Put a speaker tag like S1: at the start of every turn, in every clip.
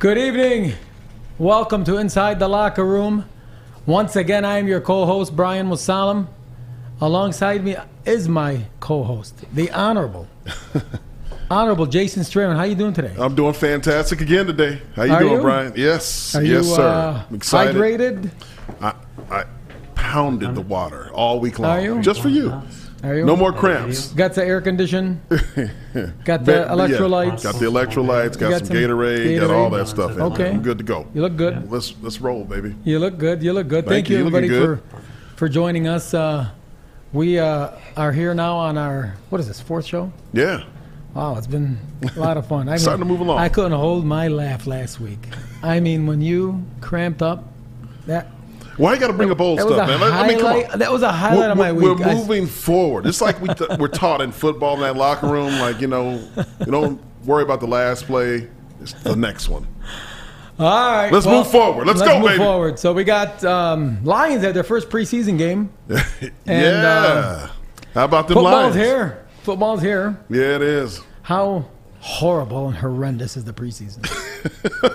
S1: Good evening. Welcome to Inside the Locker Room. Once again, I am your co host, Brian Musalam. Alongside me is my co host, the Honorable. Honorable Jason Strahan. How you doing today?
S2: I'm doing fantastic again today. How you
S1: Are
S2: doing,
S1: you?
S2: Brian? Yes,
S1: Are
S2: yes,
S1: you
S2: sir.
S1: uh,
S2: I'm excited.
S1: hydrated?
S2: I, I pounded the water all week long,
S1: Are you?
S2: just for you.
S1: Are you?
S2: No more cramps.
S1: Got the air condition? got the
S2: But- but yeah,
S1: electrolytes?
S2: got the electrolytes. Got,
S1: got
S2: some
S1: some
S2: Gatorade, Got all
S1: Gatorade.
S2: that stuff. in.
S1: Okay.
S2: I'm good to go.
S1: you look good.
S2: Let's let's roll, baby.
S1: You look good. You look good. Thank,
S2: Thank
S1: you,
S2: you. You're
S1: everybody
S2: looking
S1: for
S2: good.
S1: for joining us. Uh, we uh, are here now on our what is this fourth show?
S2: Yeah.
S1: Wow, it's been a lot of fun. I
S2: Starting to move along.
S1: I couldn't hold my laugh last week. I mean, when you cramped up, that
S2: Why you got to bring up old
S1: that was
S2: stuff,
S1: a
S2: man? I mean, come
S1: highlight-
S2: on.
S1: that was a highlight
S2: We're-
S1: of my
S2: we're-
S1: week.
S2: We're
S1: I-
S2: moving forward. It's like we t- we're taught in football in that locker room, like you know, you don't worry about the last play. It's the next one.
S1: all right.
S2: Let's
S1: well,
S2: move forward. Let's go,
S1: move
S2: baby.
S1: forward. So we got um, Lions at their first preseason game. And, uh,
S2: yeah. How about them
S1: Football's
S2: Lions?
S1: here. Football's here.
S2: Yeah, it is.
S1: How horrible and horrendous is the preseason?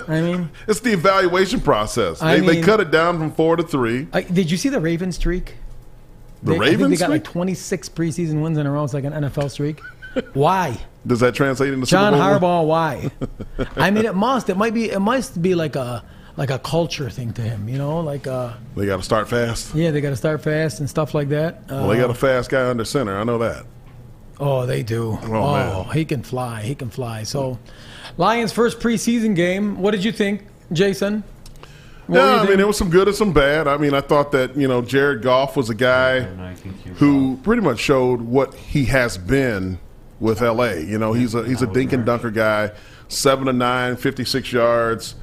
S1: I mean,
S2: It's the evaluation process. They,
S1: I
S2: they
S1: mean-
S2: cut it down from four to three.
S1: I, did you see the Ravens streak?
S2: The
S1: They- I think
S2: Ravens.
S1: they got like
S2: streak?
S1: 26 preseason wins in a row. It's like an NFL streak. Why,
S2: Does that translate into
S1: John
S2: Super Bowl win?
S1: Harbaugh? Why? I mean, it must. It might be. It must be like a like a culture thing to him. You know, like uh,
S2: They got to start fast.
S1: yeah, they got to start fast and stuff like that. Uh,
S2: Well, they got a fast guy under center. I know that.
S1: oh, they do. Oh,
S2: man.
S1: he can fly. He can fly. So, Lions' first preseason game. What did you think, Jason? What were
S2: yeah,
S1: you
S2: I mean,
S1: thinking?
S2: there was some good and some bad. I mean, I thought that you know Jared Goff was a guy who pretty much showed what he has been with LA. You know, he's a he's a dink and dunker guy, seven to nine, 56 yards.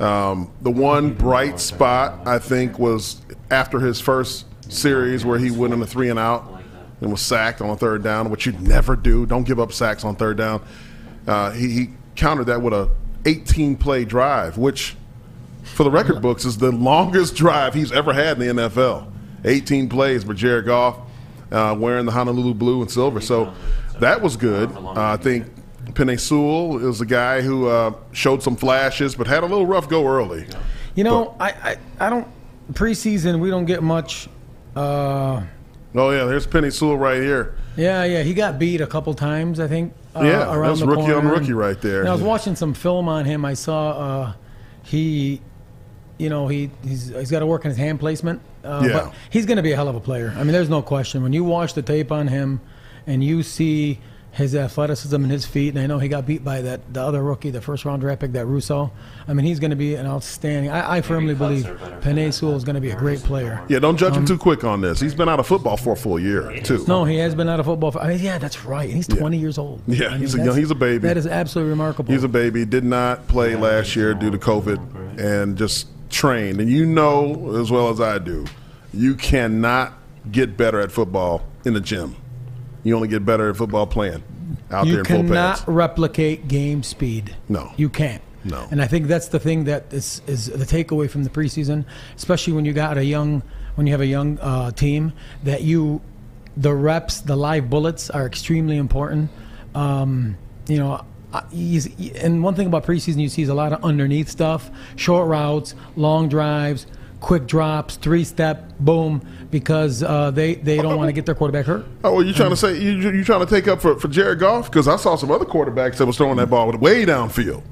S2: Um, the one bright spot I think was after his first series where he went in a three and out and was sacked on a third down, which you never do. Don't give up sacks on third down. Uh, he, he countered that with a 18 play drive, which for the record books, is the longest drive he's ever had in the NFL. 18 plays for Jared Goff, uh, wearing the Honolulu blue and silver. So that was good. Uh, I think Penny Sewell is a guy who uh, showed some flashes, but had a little rough go early.
S1: you know, I, I I don't preseason. We don't get much. Uh,
S2: Oh, yeah, there's Penny Sewell right here.
S1: Yeah, yeah, he got beat a couple times, I think. Uh,
S2: Yeah, that
S1: around
S2: was
S1: the
S2: rookie on
S1: corner.
S2: rookie right there.
S1: And I was watching some film on him. I saw uh, he, you know, he he's, he's got to work on his hand placement. Uh,
S2: Yeah.
S1: But he's going to be a hell of a player. I mean, there's no question. When you watch the tape on him, and you see his athleticism and his feet, and I know he got beat by that the other rookie, the first round draft pick, that Russo. I mean, he's going to be an outstanding. I, I firmly believe Panay Sewell is going to be a great player.
S2: Yeah, don't judge him too quick on this. He's been out of football for a full year, too.
S1: Um, No, he has been out of football. For, I mean, yeah, that's right. And he's 20 years old.
S2: Yeah,
S1: I mean,
S2: he's a-
S1: that's-
S2: he's a baby.
S1: That is absolutely remarkable.
S2: He's a baby. Did not play last year due to COVID and just trained. And you know as well as I do, you cannot get better at football in the gym. You only get better at football playing out
S1: you
S2: there in full
S1: cannot
S2: pads.
S1: replicate game speed.
S2: No.
S1: you can't.
S2: No.
S1: and I think that's the thing that is is the takeaway from the preseason, especially when you got a young when you have a young uh, team that you the reps the live bullets are extremely important. Um, you know. I- He's, and one thing about preseason, you see is a lot of underneath stuff, short routes, long drives, quick drops, three step, boom, because uh, they they don't want to get their quarterback hurt.
S2: Oh, well, you trying to say you you you trying to take up for, for Jared Goff? Because I saw some other quarterbacks that was throwing that ball way downfield,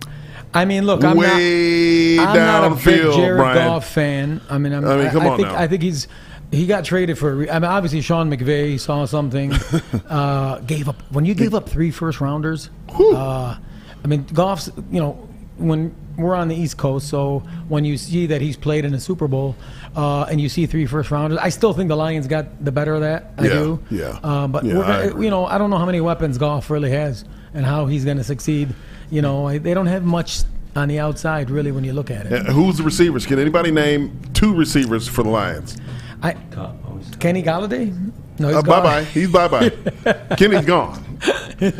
S1: I mean, look, I'm not.
S2: way
S1: I'm not a big
S2: downfield,
S1: Jared
S2: Brian.
S1: Goff fan. I mean, I'm,
S2: I mean, come
S1: I
S2: on
S1: think
S2: now.
S1: I think he's he got traded for. a re- I mean, obviously Sean McVay saw something, uh, gave up. When you gave up three first rounders, uh, I mean, Goff's. You know, when we're on the East Coast, so when you see that he's played in a Super Bowl, uh, and you see three first rounders, I still think the Lions got the better of that. I
S2: Yeah,
S1: do.
S2: yeah.
S1: Uh, but
S2: Yeah,
S1: we're
S2: I
S1: gonna,
S2: agree.
S1: you know, I don't know how many weapons Goff really has and how he's going to succeed. You know, I- they don't have much on the outside, really, when you look at it.
S2: And who's the receivers? Can anybody name two receivers for the Lions?
S1: I, Kenny Galladay? No, he's
S2: Uh, bye
S1: gone.
S2: bye. He's bye bye. Kenny's gone.
S1: He's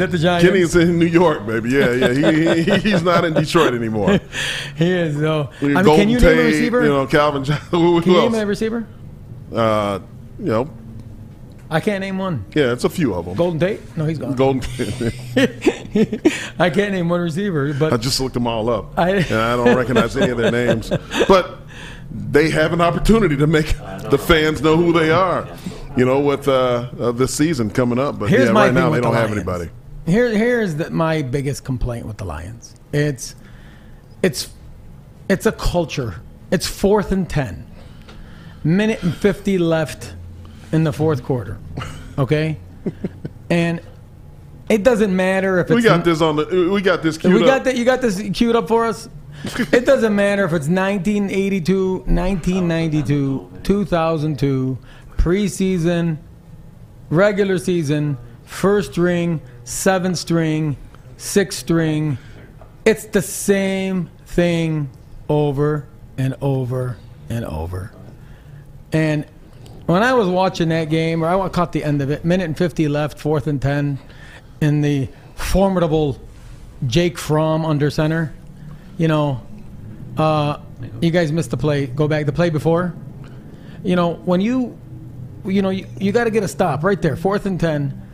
S1: at the Giants.
S2: Kenny's in New York, baby. Yeah, yeah. He, he, he's not in Detroit anymore.
S1: he is though. I mean,
S2: Golden
S1: can you name a
S2: Tate,
S1: receiver?
S2: You know, Calvin Johnson. Who,
S1: can
S2: who
S1: you name a
S2: else?
S1: receiver?
S2: Uh, you know,
S1: I can't name one.
S2: yeah, it's a few of them.
S1: Golden Tate? No, he's gone.
S2: Golden.
S1: I can't name one receiver,
S2: I
S1: but
S2: just looked them all up,
S1: I-
S2: and I don't recognize any of their names. But they have an opportunity to make the fans know who they are. You know, with uh, uh, this season coming up. But
S1: Here's
S2: yeah,
S1: my
S2: right
S1: thing
S2: now they
S1: with
S2: don't
S1: the
S2: have
S1: Lions.
S2: anybody.
S1: here here's the, my biggest complaint with the Lions. It's it's it's a culture. It's fourth and ten. Minute and fifty left in the fourth quarter. Okay? and it doesn't matter if
S2: We
S1: it's
S2: got this on the. uh, We got this queued
S1: we got
S2: up.
S1: that. You got this queued up for us. it doesn't matter if it's 1982, 1992, 2002, preseason, regular season, first string, seventh string, sixth string. It's the same thing over and over and over. And when I was watching that game, or I caught the end of it, minute and 50 left, fourth and 10, in the formidable Jake Fromm under center. You know, uh, you guys missed the play. Go back. The play before. You know, when you, you know, you, you got to get a stop right there, fourth and 10.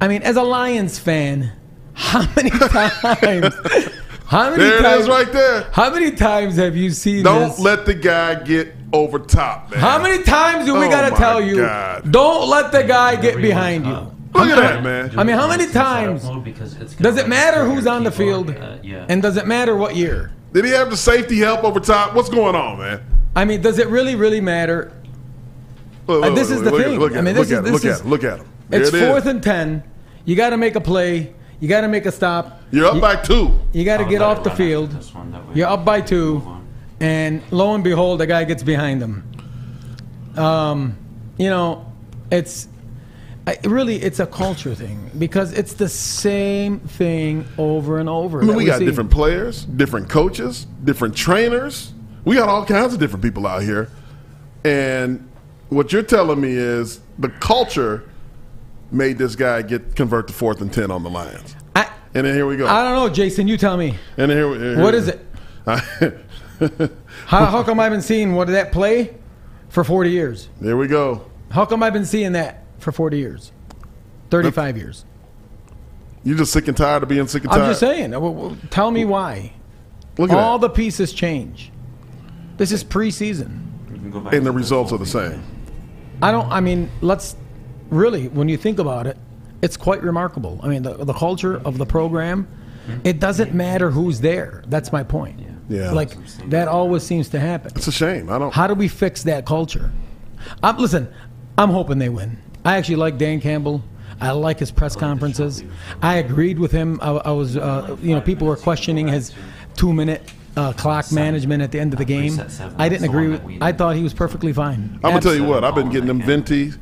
S1: I mean, as a Lions fan, how many times? How many
S2: There it
S1: times?
S2: is right there.
S1: How many times have you seen
S2: Don't
S1: this?
S2: let the guy get over top, man.
S1: How many times do we
S2: Oh
S1: gotta
S2: my
S1: tell you?
S2: God.
S1: Don't let the guy get behind you.
S2: Look at that, man.
S1: I mean, um, how many times Does it matter who's on the field?
S3: yeah.
S1: And does it matter what year?
S2: Did he have the safety help over top? What's going on, man?
S1: I mean, does it really, really matter?
S2: Look,
S1: And Uh, this is the
S2: look,
S1: thing.
S2: Look at
S1: I mean,
S2: him. Look
S1: this
S2: at him.
S1: is-
S2: Look
S1: this
S2: at him. Look at him. There
S1: It's
S2: it is.
S1: fourth and ten. You gotta make a play. You gotta make a stop.
S2: You're up
S1: you,
S2: by two.
S1: You gotta get off the field. You're up by two, and lo and behold, the guy gets behind him. Um, you know, it's I, really it's a culture thing because it's the same thing over and over.
S2: I mean, we got different players, different coaches, different trainers. We got all kinds of different people out here. And what you're telling me is the culture made this guy get convert to fourth and ten on the Lions.
S1: I,
S2: And then here we go.
S1: I don't know, Jason. You tell me.
S2: and here, we- here
S1: What is it? How, how come I've been seeing what that play for 40 years?
S2: there we go.
S1: How come I've been seeing that for 40 years, 35 years?
S2: You're just sick and tired of being sick and tired.
S1: I'm just saying. w- w- Tell me why.
S2: uh, Look at
S1: All
S2: that.
S1: the pieces change. This is preseason.
S2: and the results are the same.
S1: I don't. I mean, let's really, when you think about it, it's quite remarkable. I mean, the, the culture of the program. It doesn't matter who's there. That's my point.
S2: Mm-hmm. Yeah.
S1: Like that always seems to happen.
S2: It's a shame. I don't.
S1: How do we fix that culture? I'm, listen, I'm hoping they win. I actually like Dan Campbell. I like his press conferences. I agreed with him. I, I was, uh, you know, people were questioning his two-minute uh, clock management at the end of the game. I didn't agree with. I thought he was perfectly fine.
S2: I'm gonna tell you what. I've
S1: Oh
S2: been getting them venti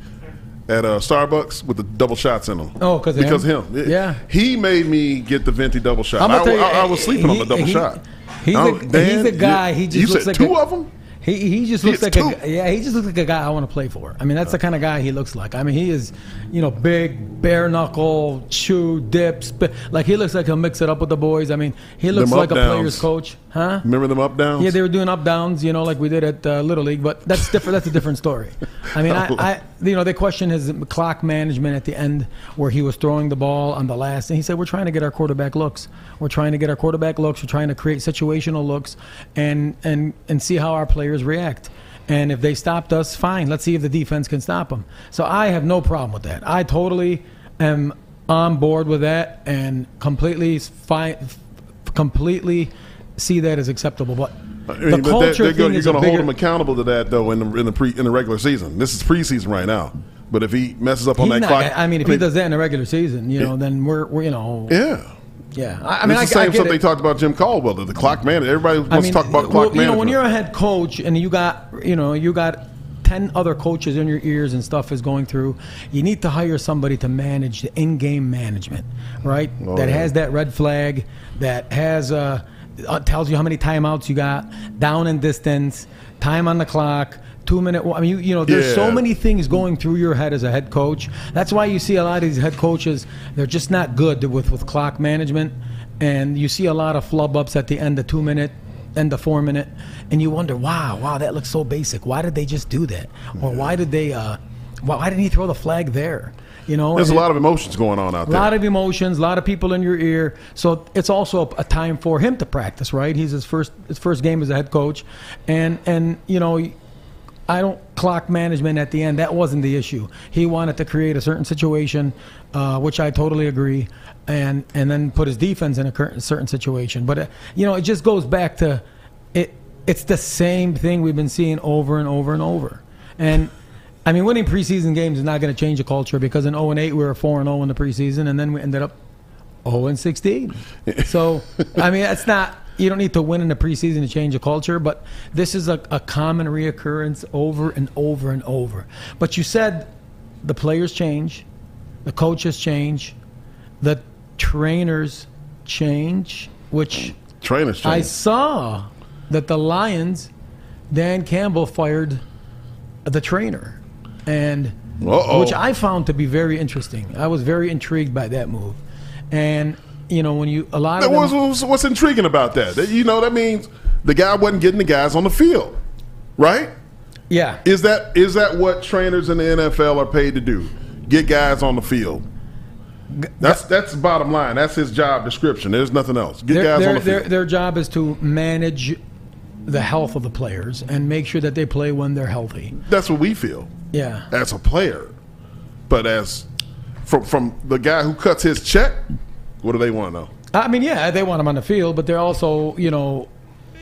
S2: at uh, Starbucks with the double shots in them.
S1: Oh, 'cause of
S2: because
S1: him?
S2: him. It-
S1: Yeah.
S2: he made me get the venti double shot.
S1: I'm
S2: I,
S1: gonna tell you,
S2: I- I was sleeping on the double
S1: he-
S2: shot.
S1: He's
S2: I
S1: a,
S2: don't- Dan,
S1: he's a guy.
S2: You,
S1: He just
S2: you
S1: looks
S2: said
S1: like
S2: two
S1: a,
S2: of them.
S1: He, he just looks
S2: It's
S1: like
S2: two.
S1: a guy- yeah he just looks like a guy I want to play for. I mean that's the kind of guy he looks like. I mean he is, you know, big bare knuckle chew dips. But like he looks like he'll mix it up with the boys. I mean he looks
S2: Them
S1: like a
S2: up-downs.
S1: player's coach, huh?
S2: Remember them up downs?
S1: Yeah, they were doing up downs, you know, like we did at uh, Little League, but that's different. That's a different story. I mean, I, I, you know, they questioned his clock management at the end where he was throwing the ball on the last, and he said, "We're trying to get our quarterback looks. We're trying to get our quarterback looks. We're trying to create situational looks, and and and see how our players react." And if they stopped us, fine. Let's see if the defense can stop them. So I have no problem with that. I totally am on board with that and completely fine, completely see that as acceptable. But
S2: I
S1: the
S2: mean, but that-
S1: culture
S2: they're
S1: thing
S2: gonna, you're
S1: is a
S2: going to hold
S1: bigger.
S2: him accountable to that though in the in the pre in the regular season. This is preseason right now. But if he messes up on
S1: He's
S2: that
S1: not,
S2: clock,
S1: I mean, if he does that in the regular season, you know, then we're, we're you know, yeah.
S2: yeah.
S1: I, I mean, I,
S2: it's the
S1: I
S2: same
S1: get
S2: stuff
S1: it.
S2: they talked about Jim Caldwell, the, the clock man. Everybody wants
S1: I mean, uh,
S2: to talk about
S1: well,
S2: clock
S1: you know, when
S2: management.
S1: you're a head coach and you got, you know, you got ten other coaches in your ears and stuff is going through. You need to hire somebody to manage the in-game management, right?
S2: Oh,
S1: that
S2: yeah.
S1: has that red flag, that has uh, uh, tells you how many timeouts you got, down and distance, time on the clock. Two minute. I mean, you, you know, there's so
S2: Yeah.
S1: many things going through your head as a head coach. That's why you see a lot of these head coaches. They're just not good with with clock management, and you see a lot of flub ups at the end of two minute, end of four minute, and you wonder, wow, wow, that looks so basic. Why did they just do that? Or why did they? Uh, why, why didn't he throw the flag there? You know,
S2: There's a
S1: and-
S2: lot of emotions going on out
S1: a lot
S2: there.
S1: of emotions, a lot of people in your ear. So it's also a, a time for him to practice, right? He's his first his first game as a head coach, and and you know, I don't clock management at the end. That wasn't the issue. He wanted to create a certain situation, uh, which I totally agree, and and then put his defense in a cur- certain situation. But uh, you know, it just goes back to it. It's the same thing we've been seeing over and over and over, and. I mean, winning preseason games is not going to change the culture because in 0 and 8 we were 4 and 0 in the preseason, and then we ended up 0 and 16. So, I mean, that's not. You don't need to win in the preseason to change a culture, but this is a, a common reoccurrence over and over and over. But you said the players change, the coaches change, the trainers change, which
S2: Trainers
S1: I
S2: change.
S1: saw that the Lions, Dan Campbell fired the trainer, and
S2: Uh-oh.
S1: which I found to be very interesting. I was very intrigued by that move, and you know when you a lot
S2: That
S1: of them,
S2: was, was- what's intriguing about that. That- You know, that means the guy wasn't getting the guys on the field, right?
S1: yeah
S2: Is that is that what trainers in the NFL are paid to do? Get guys on the field. That's that's bottom line. That's his job description. There's nothing else. Get
S1: their,
S2: guys
S1: their,
S2: on the
S1: their,
S2: field.
S1: their job is to manage the health of the players and make sure that they play when they're healthy.
S2: that's what we feel
S1: Yeah,
S2: as a player, but as from from the guy who cuts his check, what do they want to know?
S1: I mean, yeah, they want them on the field, but they're also, you know,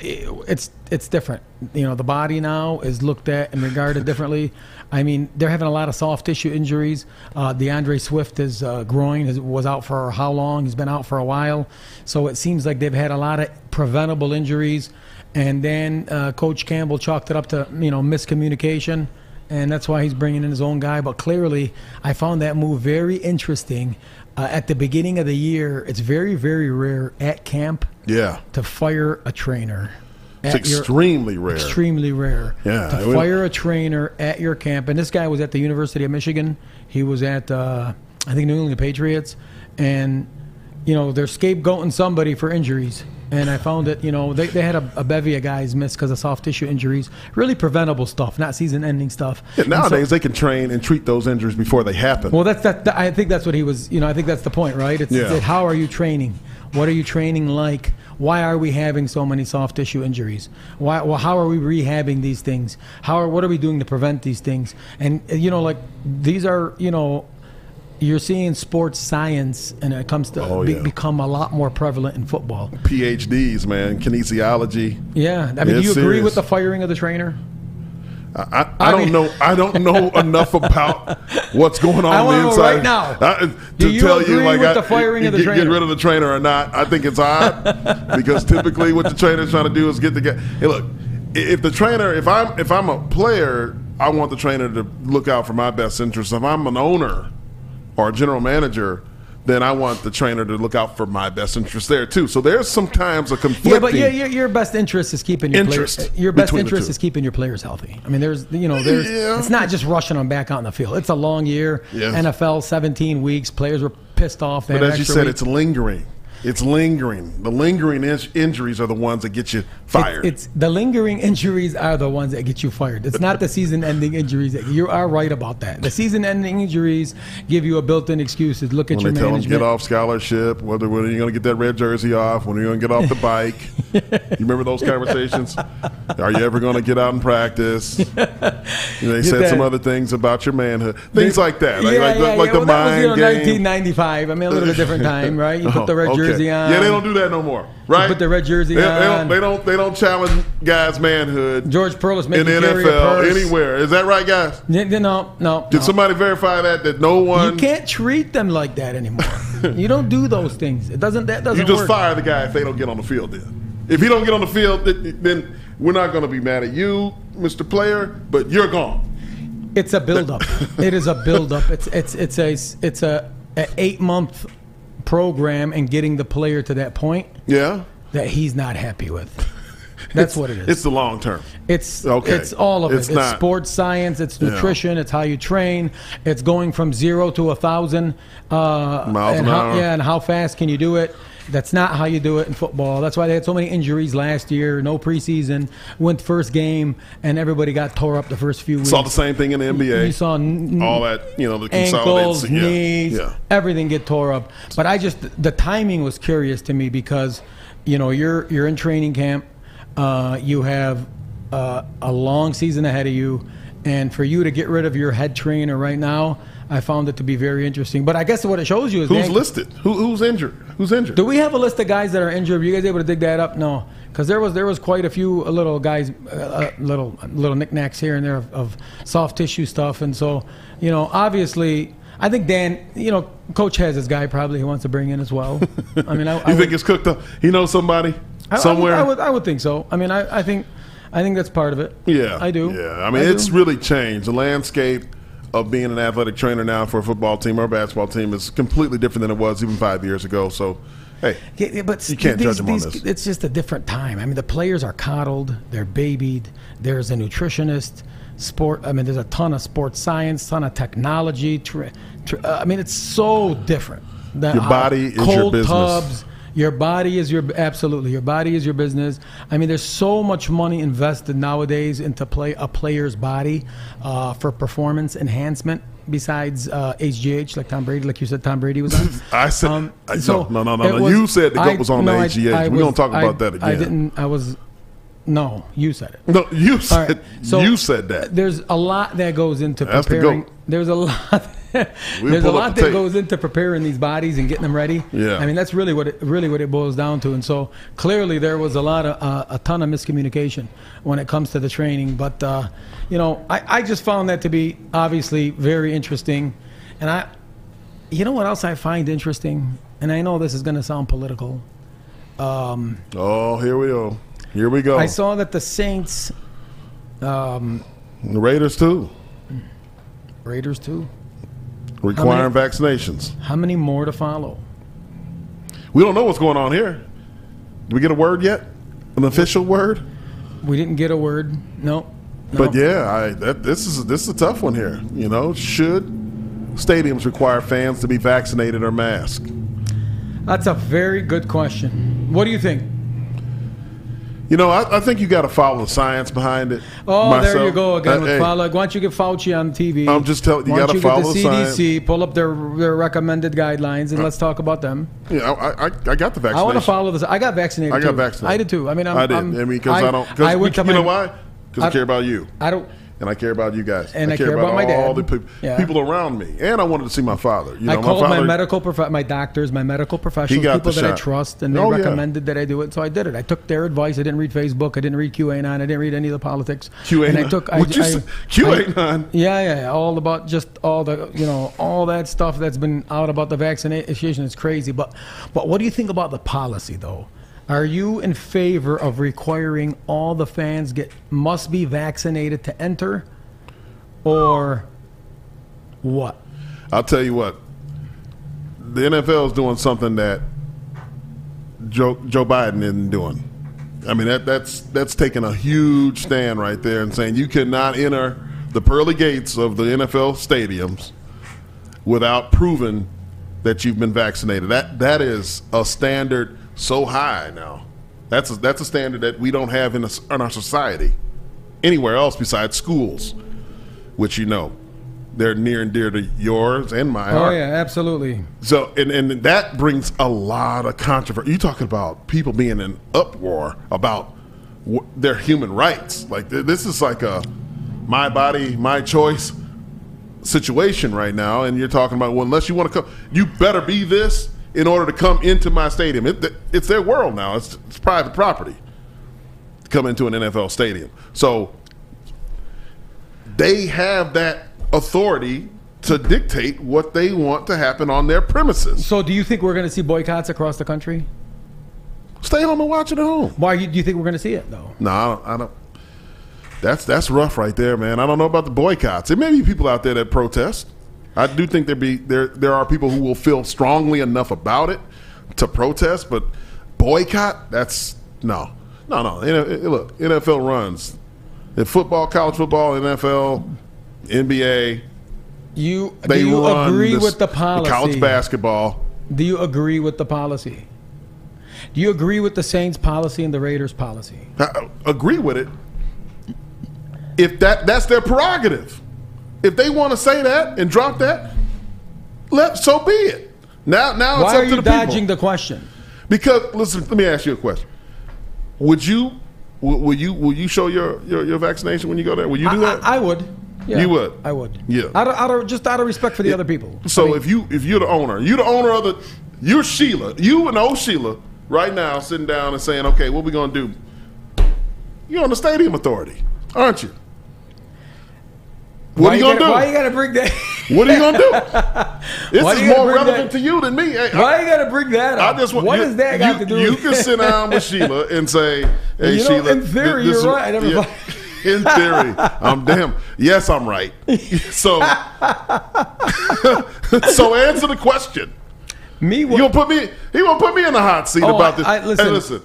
S1: it's it's different. You know, the body now is looked at and regarded differently. I mean, they're having a lot of soft tissue injuries. Uh, DeAndre Swift is uh, groin is, was out for how long? He's been out for a while, so it seems like they've had a lot of preventable injuries. And then uh, Coach Campbell chalked it up to you know miscommunication and that's why he's bringing in his own guy. But clearly, I found that move very interesting. Uh, at the beginning of the year, it's very, very rare at camp
S2: Yeah,
S1: to fire a trainer.
S2: it's
S1: At your-
S2: extremely rare.
S1: extremely rare.
S2: Yeah,
S1: to
S2: it would-
S1: fire a trainer at your camp, and this guy was at the University of Michigan. He was at uh, I think New England Patriots, and you know they're scapegoating somebody for injuries. And I found that you know they, they had a, a bevy of guys miss because of soft tissue injuries, really preventable stuff, not season-ending stuff.
S2: Yeah,
S1: And so-
S2: nowadays, they can train and treat those injuries before they happen.
S1: well, that's that. I think that's what he was. You know, I think that's the point, right? It's,
S2: Yeah.
S1: it's how are you training? What are you training like? Why are we having so many soft tissue injuries? Why? Well, how are we rehabbing these things? How are what are we doing to prevent these things? And uh, you know, like these are you know. You're seeing sports science, and it comes to
S2: Oh,
S1: be,
S2: yeah.
S1: become a lot more prevalent in football.
S2: PhDs, man, kinesiology.
S1: Yeah, I mean,
S2: It's
S1: do you agree
S2: serious.
S1: with the firing of the trainer?
S2: I, I,
S1: I
S2: don't
S1: mean-
S2: know. I don't know enough about what's going on.
S1: I
S2: on
S1: wanna
S2: the
S1: know
S2: inside.
S1: right now.
S2: I- to
S1: Do you
S2: tell you,
S1: agree
S2: like,
S1: with
S2: I,
S1: the firing
S2: you
S1: of the
S2: get, Get
S1: trainer?
S2: rid of the trainer or not? I think it's odd because typically what the trainer's trying to do is get the guy. Hey, look, i- if the trainer, if I'm if I'm a player, I want the trainer to look out for my best interests. If I'm an owner or a general manager. Then I want the trainer to look out for my best interests there too. So there's sometimes a conflicting.
S1: Yeah, but your, your, your best interest is keeping your
S2: Interest
S1: players. Your best
S2: between the
S1: interest
S2: two.
S1: is keeping your players healthy. I mean, there's you know there's
S2: Yeah.
S1: it's not just rushing them back out on the field. It's a long year.
S2: Yes.
S1: NFL, 17 weeks. Players were pissed off. They
S2: But
S1: had an
S2: as you
S1: extra
S2: said,
S1: week.
S2: it's lingering. It's lingering. The lingering in- injuries are the ones that get you fired.
S1: It's the lingering injuries are the ones that get you fired. It's not the season-ending injuries. That, you are right about that. The season-ending injuries give you a built-in excuse. to Look at
S2: when
S1: your
S2: they tell them
S1: management.
S2: get off scholarship, whether when are you going to get that red jersey off, when are you going to get off the bike? you remember those conversations? are you ever going to get out and practice? You know, they said
S1: that-
S2: some other things about your manhood, things like that, like,
S1: yeah,
S2: like, the-
S1: yeah,
S2: like
S1: yeah.
S2: the
S1: well, that was, you know,
S2: mind game.
S1: 1995. I mean, a little bit different time, right? You put the red
S2: Oh, okay.
S1: jersey on.
S2: Yeah, they don't do that no more, right?
S1: put the red jersey
S2: they, They
S1: on.
S2: don't, they don't. They don't challenge guys' manhood.
S1: George Perlis
S2: in
S1: making
S2: the
S1: carry a
S2: NFL
S1: purse.
S2: anywhere. Is that right, guys?
S1: Yeah, No, no.
S2: Did
S1: no.
S2: somebody verify that that no one
S1: You can't treat them like that anymore. you don't do those things. It doesn't. That doesn't
S2: you just
S1: work.
S2: fire the guy if they don't get on the field then. If he don't get on the field, th- then we're not going to be mad at you, Mr. Player, but you're gone.
S1: It's a buildup. it is a buildup. It's it's it's a it's a, a eight month program and getting the player to that point
S2: Yeah.
S1: that he's not happy with. That's what it is.
S2: It's the long term.
S1: It's
S2: Okay.
S1: it's all of
S2: It's
S1: it.
S2: not-
S1: It's sports science. It's nutrition. It's how you train. It's going from zero to a thousand uh,
S2: Miles
S1: and
S2: an
S1: how,
S2: hour.
S1: Yeah, and how fast can you do it? That's not how you do it in football. That's why they had so many injuries last year. No preseason. Went first game, and everybody got tore up the first few weeks.
S2: Saw the same thing in the NBA.
S1: you saw n-
S2: all that, you know, the
S1: ankles,
S2: consolidation. Yeah.
S1: knees,
S2: yeah.
S1: everything get tore up. But I just the timing was curious to me because you know you're you're in training camp, uh, you have uh, a long season ahead of you, and for you to get rid of your head trainer right now, I found it to be very interesting. But I guess what it shows you is
S2: Who's
S1: Dan-
S2: listed? Who, who's injured? Who's injured?
S1: do we have a list of guys that are injured? Were you guys able to dig that up? No, because there was there was quite a few little guys, uh, uh, little little knickknacks here and there of, of soft tissue stuff, and so you know, obviously, I think Dan, you know, Coach has his guy probably he wants to bring in as well. I mean, I, I
S2: you
S1: would-
S2: think it's cooked up? You know somebody
S1: I- I would-
S2: somewhere?
S1: I would, I would think so. I mean, I, I think I think that's part of it.
S2: Yeah,
S1: I do.
S2: Yeah, I mean,
S1: do.
S2: it's really changed. The landscape of being an athletic trainer now for a football team or a basketball team is completely different than it was even five years ago. So, hey,
S1: Yeah, yeah, but
S2: You can't
S1: these-
S2: judge 'em on
S1: these-
S2: this.
S1: It's just a different time. I mean, the players are coddled, they're babied. There's a nutritionist, sport. I mean, there's a ton of sports science, ton of technology. Tra- tra- uh, I mean, it's so different. The-
S2: Your body is your
S1: cold
S2: business.
S1: Tubs, your body is your absolutely. Your body is your business. I mean, there's so much money invested nowadays into play a player's body uh, for performance enhancement. Besides uh, HGH, like Tom Brady, like you said, Tom Brady was on.
S2: I said- I- no, Uh, no, no, no,
S1: Um, it
S2: no. You said the goat was on the HGH. We
S1: was-
S2: don't talk
S1: I-
S2: about that again.
S1: I didn't. I was. No, you said it.
S2: no, you
S1: All
S2: said
S1: right. So
S2: you said that.
S1: There's a lot that goes into
S2: That's the
S1: preparing.
S2: goat.
S1: there's a lot.
S2: We'll
S1: there's a
S2: pull up
S1: lot
S2: the
S1: that
S2: tape.
S1: goes into preparing these bodies and getting them ready.
S2: Yeah.
S1: I mean that's really what it really what it boils down to. And so clearly there was a lot of uh, a ton of miscommunication when it comes to the training. But uh, you know I, I just found that to be obviously very interesting, and I you know what else I find interesting, and I know this is going to sound political.
S2: Oh, here we go. Here we go.
S1: I saw that the Saints,
S2: the Raiders too
S1: Raiders too.
S2: requiring vaccinations.
S1: How many more to follow?
S2: We don't know what's going on here. Did we get a word yet? An official word?
S1: We didn't get a word. No. no.
S2: But yeah, I, that, this is this is a tough one here. You know, should stadiums require fans to be vaccinated or masked?
S1: that's a very good question. What do you think?
S2: You know, I, I think you got to follow the science behind it.
S1: Oh, there you
S2: myself.
S1: go again
S2: Uh,
S1: with
S2: hey,
S1: follow. Why don't you get Fauci on TV?
S2: I'm just telling- you
S1: Why don't
S2: gotta
S1: you get
S2: follow
S1: the
S2: the science.
S1: CDC, pull up their their recommended guidelines, and let's talk about them.
S2: Yeah, I, I, I got the vaccination.
S1: I want to follow this. I got vaccinated.
S2: I got
S1: too.
S2: vaccinated.
S1: I did too. I mean, I'm,
S2: I did.
S1: I'm-
S2: I mean, because I, don't. Cause
S1: I went
S2: you,
S1: to
S2: you
S1: my-
S2: know why? Because I,
S1: I-
S2: care about you,
S1: I don't.
S2: and I care about you guys,
S1: And I care about my
S2: all
S1: dad.
S2: the people,
S1: Yeah.
S2: people around me, and I wanted to see my father. You know,
S1: I called
S2: my
S1: my,
S2: father.
S1: medical prof- my doctors, my medical professionals,
S2: got
S1: people
S2: the
S1: that I
S2: shot.
S1: trust, and they
S2: Oh, yeah.
S1: recommended that I do it. So I did it. I took their advice. I didn't read Facebook. I didn't read QAnon. I didn't read any of the politics.
S2: QAnon.
S1: And I took. I,
S2: What'd you
S1: I-
S2: say?
S1: I-
S2: QAnon?
S1: yeah, yeah, yeah. All about just all the you know all that stuff that's been out about the vaccination is crazy. But but what do you think about the policy though? Are you in favor of requiring all the fans get must be vaccinated to enter, or what?
S2: I'll tell you what. The NFL is doing something that Joe Joe Biden isn't doing. I mean that that's that's taking a huge stand right there and saying you cannot enter the pearly gates of the NFL stadiums without proving that you've been vaccinated. That that is a standard so high now. That's a, that's a standard that we don't have in, us in our society anywhere else besides schools, which you know they're near and dear to yours and my
S1: Oh
S2: heart.
S1: yeah, absolutely.
S2: So, and, and that brings a lot of controversy. you talking about people being in uproar about wh- their human rights. Like, th- this is like a my body, my choice situation right now. And you're talking about, well, unless you want to come, you better be this in order to come into my stadium. It, th- it's their world now, it's, it's private property to come into an NFL stadium. So, they have that authority to dictate what they want to happen on their premises.
S1: So, do you think we're going to see boycotts across the country?
S2: Stay home and watch it at home.
S1: Why you- do you think we're going to see it though?
S2: No, I don't. I don't. That's that's rough right there, man. I don't know about the boycotts. There may be people out there that protest. I do think there be there there are people who will feel strongly enough about it to protest, but boycott that's no, no, no. N- eh, Look, NFL runs. In football, college football, NFL, NBA,
S1: You
S2: they
S1: do you
S2: run
S1: agree
S2: this-
S1: with the policy?
S2: college basketball.
S1: Do you agree with the policy? Do you agree with the Saints policy and the Raiders policy?
S2: I I agree with it. If that that's their prerogative. If they want to say that and drop that, let so be it. Now now it's
S1: Why
S2: up
S1: are
S2: to
S1: you
S2: the
S1: dodging
S2: people.
S1: the question?
S2: because listen, let me ask you a question. Would you will, will you will you show your, your your vaccination when you go there? Will you do
S1: I,
S2: that?
S1: I, I would. Yeah,
S2: You would.
S1: I would.
S2: Yeah.
S1: Out of, out of, just out of respect for the other people.
S2: so if you if you're the owner, you're the owner of the you're Sheila, you and old Sheila right now sitting down and saying, okay, what we gonna do? You're on the stadium authority, aren't you?
S1: Why
S2: What are you gonna
S1: gotta-
S2: do?
S1: Why you gotta bring that?
S2: What are you gonna do? This
S1: Why
S2: is
S1: do you gotta
S2: more
S1: bring that-
S2: relevant to you than me. Hey, I,
S1: Why you gotta bring that
S2: I
S1: up?
S2: just want
S1: what
S2: you,
S1: does that got
S2: you-
S1: to do?
S2: You
S1: with
S2: can sit down with Sheila and say, "Hey,
S1: You know,
S2: Sheila."
S1: in theory,
S2: thi-
S1: you're
S2: this is-
S1: right. I never
S2: yeah.
S1: thought-
S2: in theory, I'm damn. Yes, I'm right. So, so answer the question.
S1: me?
S2: You
S1: What,
S2: gonna put me? He gonna put me in the hot seat
S1: Oh,
S2: about
S1: I-
S2: this?
S1: I- listen.
S2: hey, listen.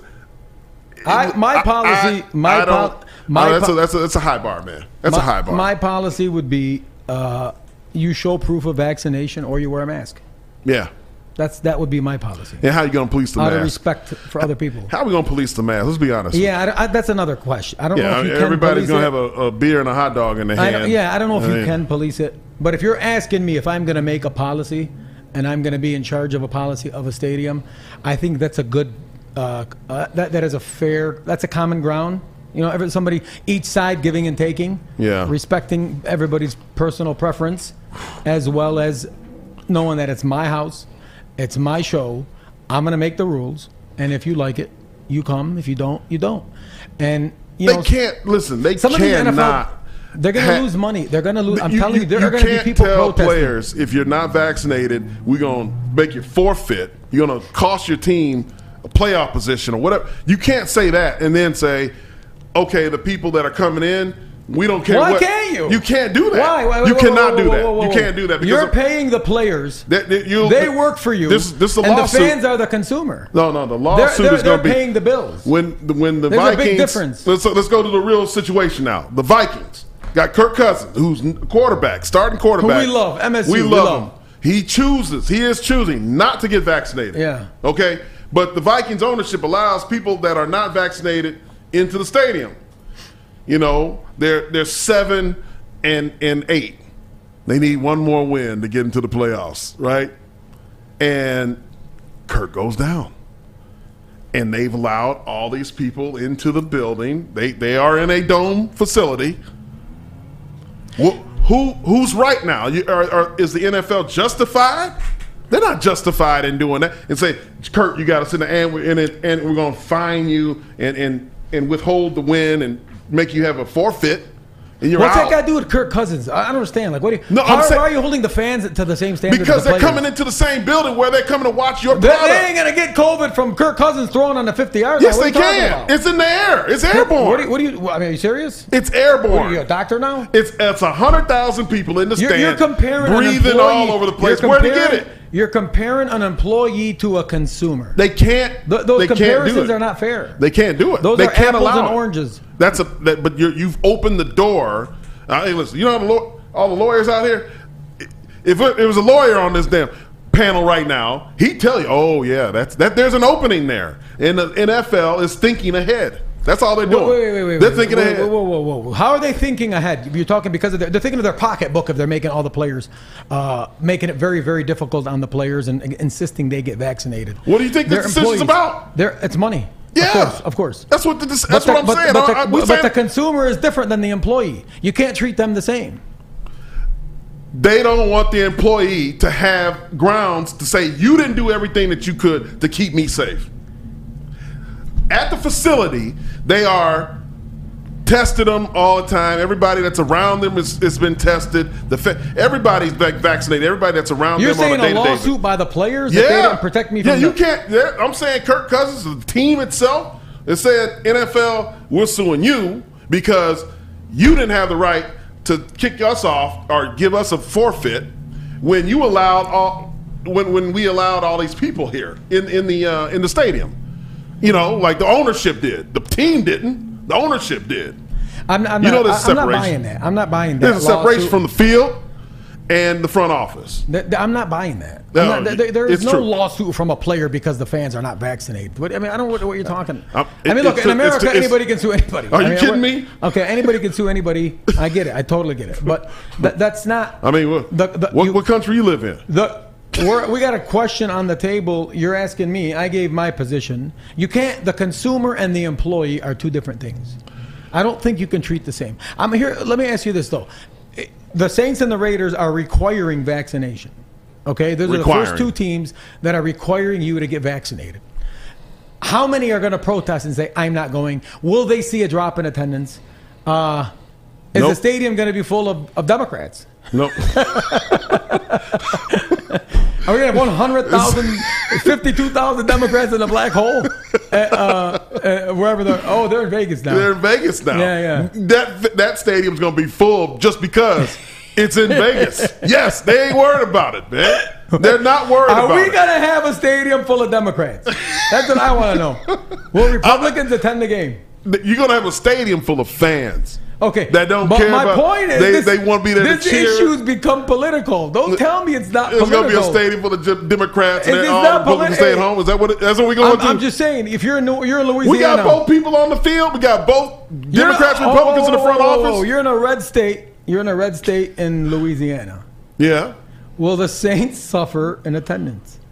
S1: I,
S2: I-
S1: my
S2: I-
S1: policy. my
S2: I don't-
S1: pol- my
S2: oh, that's,
S1: po-
S2: a, that's, a, that's a high bar, man. That's a
S1: my,
S2: high bar.
S1: my policy would be uh, you show proof of vaccination or you wear a mask.
S2: yeah.
S1: That's that would be my policy.
S2: And how you gonna police the
S1: Out
S2: mask?
S1: of respect for other people.
S2: How we gonna police the mask? Let's be honest.
S1: Yeah, I don't- I, that's another question. I don't know
S2: Yeah,
S1: if you can
S2: everybody's
S1: police
S2: gonna
S1: it.
S2: have a, a beer and a hot dog in their
S1: I
S2: hand.
S1: don't, yeah, I don't know if
S2: I
S1: you
S2: mean,
S1: can police it, but if you're asking me if I'm going to make a policy and I'm going to be in charge of a policy of a stadium, I think that's a good, uh, uh, that, that is a fair, that's a common ground. You know, every, somebody, each side giving and taking,
S2: Yeah.
S1: respecting everybody's personal preference, as well as knowing that it's my house, it's my show, I'm going to make the rules, and if you like it, you come. If you don't, you don't. And, you
S2: They
S1: know,
S2: can't listen. They
S1: some of these
S2: cannot.
S1: NFL, they're going to
S2: ha-
S1: lose money. They're going to lose. I'm
S2: you,
S1: telling you, there
S2: you
S1: are going to be
S2: can't
S1: people
S2: tell
S1: protesting.
S2: players if you're not vaccinated, we're gonna make you forfeit. You're gonna cost your team a playoff position or whatever. You can't say that and then say, okay, the people that are coming in, we don't care.
S1: Why
S2: what-
S1: can't you?
S2: You can't do that.
S1: Why? Why- why-
S2: you
S1: whoa,
S2: cannot
S1: whoa,
S2: do
S1: whoa,
S2: that.
S1: whoa, whoa,
S2: you
S1: whoa.
S2: can't do that because
S1: You're
S2: of-
S1: paying the players.
S2: That- that you'll-
S1: they work for you.
S2: This is- this is a
S1: and
S2: lawsuit.
S1: the fans are the consumer.
S2: No, no, the
S1: they're
S2: lawsuit
S1: they're,
S2: is going
S1: they're
S2: to be
S1: paying the bills.
S2: when the, when the
S1: There's a big
S2: Vikings.
S1: difference.
S2: Let's let's go to the real situation now. The Vikings got Kirk Cousins, who's n- quarterback, starting quarterback.
S1: Who we love, MSU,
S2: We
S1: we
S2: love,
S1: love.
S2: him. He chooses. He is choosing not to get vaccinated.
S1: Yeah.
S2: Okay. But the Vikings ownership allows people that are not vaccinated into the stadium. You know, they're they're seven and and eight. They need one more win to get into the playoffs, right? And Kirk goes down. And they've allowed all these people into the building. They they are in a dome facility. Wh- Who who's right now? You, are, are, is the NFL justified? They're not justified in doing that and say, Kirk, you got to sit in and we're in it, and we're going to fine you and and and withhold the win and make you have a forfeit. And you're
S1: What's that
S2: out.
S1: got to do with Kirk Cousins? I I don't understand. Like, what? Are you,
S2: No, I'm
S1: how,
S2: saying-
S1: why are you holding the fans to the same standard?
S2: Because
S1: as the
S2: they're
S1: players?
S2: coming into the same building where they're coming to watch your
S1: They,
S2: product.
S1: they ain't gonna get COVID from Kirk Cousins throwing on the 50 yard
S2: yes,
S1: line.
S2: they
S1: What are you talking
S2: can.
S1: about?
S2: It's in the air. It's airborne.
S1: What do you? What do you? I mean, are you serious?
S2: it's
S1: What are you a
S2: airborne.
S1: doctor now?
S2: It's it's a hundred thousand people in the
S1: Oh, You're,
S2: stand,
S1: you're comparing an
S2: breathing
S1: employee-
S2: all over the place.
S1: you're
S2: Where to get
S1: comparing-
S2: it?
S1: You're comparing an employee to a consumer.
S2: They can't.
S1: Th- those
S2: they
S1: comparisons
S2: can't do it.
S1: are not fair.
S2: They can't do it.
S1: Those
S2: they
S1: are
S2: can't
S1: apples
S2: allow
S1: and
S2: it.
S1: oranges.
S2: That's a. That, but you're, you've opened the door. Uh, hey, listen. You know how the law, all the lawyers out here. If it, it was a lawyer on this damn panel right now, he'd tell you, "Oh yeah, that's that. There's an opening there." And the NFL is thinking ahead. That's all they're doing.
S1: Wait, wait, wait, wait.
S2: They're
S1: wait,
S2: thinking
S1: wait,
S2: ahead.
S1: Whoa, whoa, whoa, whoa! How are they thinking ahead? You're talking because of their, they're thinking of their pocketbook if they're making all the players, uh, making it very, very difficult on the players and, and insisting they get vaccinated.
S2: What do you think this
S1: Their
S2: decision's
S1: employees,
S2: about?
S1: They're, it's money.
S2: Yeah,
S1: of course. Of course.
S2: That's what the, that's what
S1: the-
S2: I'm saying.
S1: But,
S2: I-
S1: the,
S2: I- we
S1: but
S2: saying-
S1: the consumer is different than the employee. You can't treat them the same.
S2: they don't want the employee to have grounds to say you didn't do everything that you could to keep me safe. At the facility, they are tested them all the time. Everybody that's around them is, has been tested. The fa- everybody's vac- vaccinated. Everybody that's around
S1: You're
S2: them on a
S1: saying a
S2: day-to-day basis.
S1: lawsuit by the players that they
S2: Yeah,
S1: don't protect me from
S2: Yeah, you
S1: the-
S2: can't. yeah, I'm saying Kirk Cousins, the team itself, is saying NFL, we're suing you because You didn't have the right to kick us off or give us a forfeit when you allowed all when when we allowed all these people here in in the uh, in the stadium. You know, like the ownership did. The team didn't. The ownership did.
S1: I'm, I'm
S2: You
S1: not,
S2: know there's
S1: I, am not
S2: separation.
S1: buying that. I'm not buying that.
S2: There's a separation
S1: lawsuit.
S2: from the field and the front office.
S1: Th- th- I'm not buying that.
S2: No,
S1: I'm not- th- th- there is
S2: it's
S1: no
S2: true.
S1: lawsuit from a player because the fans are not vaccinated. What, I mean, I don't know what, what you're talking.
S2: Um,
S1: I mean,
S2: it-
S1: look,
S2: it's-
S1: in
S2: it's-
S1: America,
S2: it's-
S1: anybody can sue anybody.
S2: Are
S1: I
S2: you
S1: mean,
S2: kidding
S1: what-
S2: me?
S1: Okay, anybody can sue anybody. I get it. I totally get it. But th- that's not.
S2: I mean, what,
S1: the, the,
S2: what,
S1: you-
S2: what country you live in?
S1: the we're, we got a question on the table. You're asking me. I gave my position. You can't. The consumer and the employee are two different things. I don't think you can treat the same. I'm here. Let me ask you this though: the Saints and the Raiders are requiring vaccination. Okay, those are the first
S2: Requiring.
S1: two teams that are requiring you to get vaccinated. How many are going to protest and say, "I'm not going"? Will they see a drop in attendance? Uh, is the
S2: Nope.
S1: stadium going to be full of, of Democrats?
S2: Nope.
S1: Are we gonna have 100,000, 52,000 Democrats in a black hole? Uh, uh, uh, wherever they're, oh, they're in Vegas now.
S2: They're in Vegas now.
S1: Yeah, yeah.
S2: That that stadium's gonna be full just because it's in Vegas. Yes, they ain't worried about it, man. They're not worried
S1: Are
S2: about
S1: we
S2: it.
S1: gonna have a stadium full of Democrats? That's what I want to know. Will Republicans attend the game?
S2: You're gonna have a stadium full of fans.
S1: Okay,
S2: That don't
S1: but
S2: care
S1: my
S2: about-
S1: point is,
S2: they-
S1: this,
S2: they wanna be there to
S1: This
S2: cheer.
S1: issue's become political. Don't tell me it's not.
S2: It's
S1: political.
S2: gonna be a stadium full of Jim- Democrats
S1: It
S2: and
S1: is
S2: all
S1: not
S2: Republicans
S1: polit-
S2: stay at home. Is that what? It, that's what we going
S1: I'm,
S2: to?
S1: I'm just saying, if you're in, New- you're in Louisiana,
S2: we got both people on the field. We got both
S1: You're Oh, in a-
S2: Democrats,
S1: oh,
S2: Republicans in the front
S1: whoa, whoa, whoa,
S2: office.
S1: You're in a red state. You're in a red state in Louisiana.
S2: yeah,
S1: Will the Saints suffer in attendance?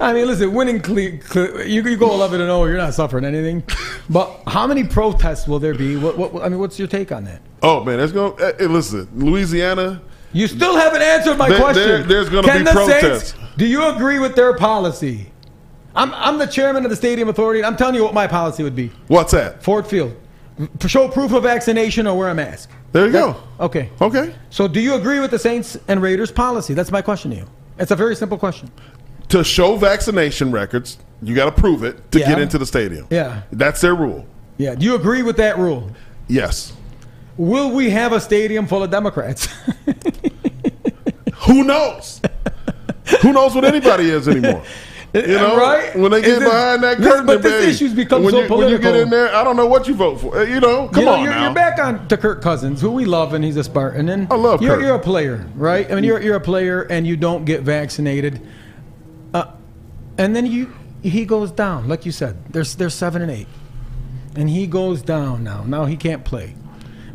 S1: I mean, listen, winning, cle- cle- you, you go 11 and 0, you're not suffering anything. But how many protests will there be? What, what, I mean, what's your take on that?
S2: Oh man, that's going. to Listen, Louisiana.
S1: You still haven't answered my
S2: There-
S1: question.
S2: there- there's gonna
S1: Can
S2: be
S1: the
S2: protests.
S1: Saints, do you agree with their policy? I'm, I'm the chairman of the stadium authority, and I'm telling you what my policy would be.
S2: What's that?
S1: Ford Field, show proof of vaccination or wear a mask.
S2: There you go.
S1: Okay.
S2: Okay.
S1: So, do you agree with the Saints and Raiders policy? That's my question to you. It's a very simple question.
S2: to show vaccination records, you got to prove it to
S1: Yeah.
S2: get into the stadium.
S1: Yeah.
S2: That's their rule.
S1: Yeah. Do you agree with that rule?
S2: Yes.
S1: Will we have a stadium full of Democrats?
S2: Who knows? Who knows what anybody is anymore? You know,
S1: Right?
S2: when they
S1: Is
S2: get
S1: this-
S2: behind that
S1: this-
S2: curtain,
S1: but this
S2: baby,
S1: issue's become
S2: when
S1: so
S2: you, When you get
S1: political.
S2: in there, I don't know what you vote for. Uh, You know, come
S1: You know,
S2: on
S1: you're,
S2: now.
S1: you're back on to Kirk Cousins, who we love, and he's a Spartan. And
S2: I love
S1: you're,
S2: Kirk.
S1: you're a player, right? I mean, you're, you're a player, and you don't get vaccinated, uh, and then you he goes down, like you said. There's there's seven and eight, and he goes down now. Now he can't play,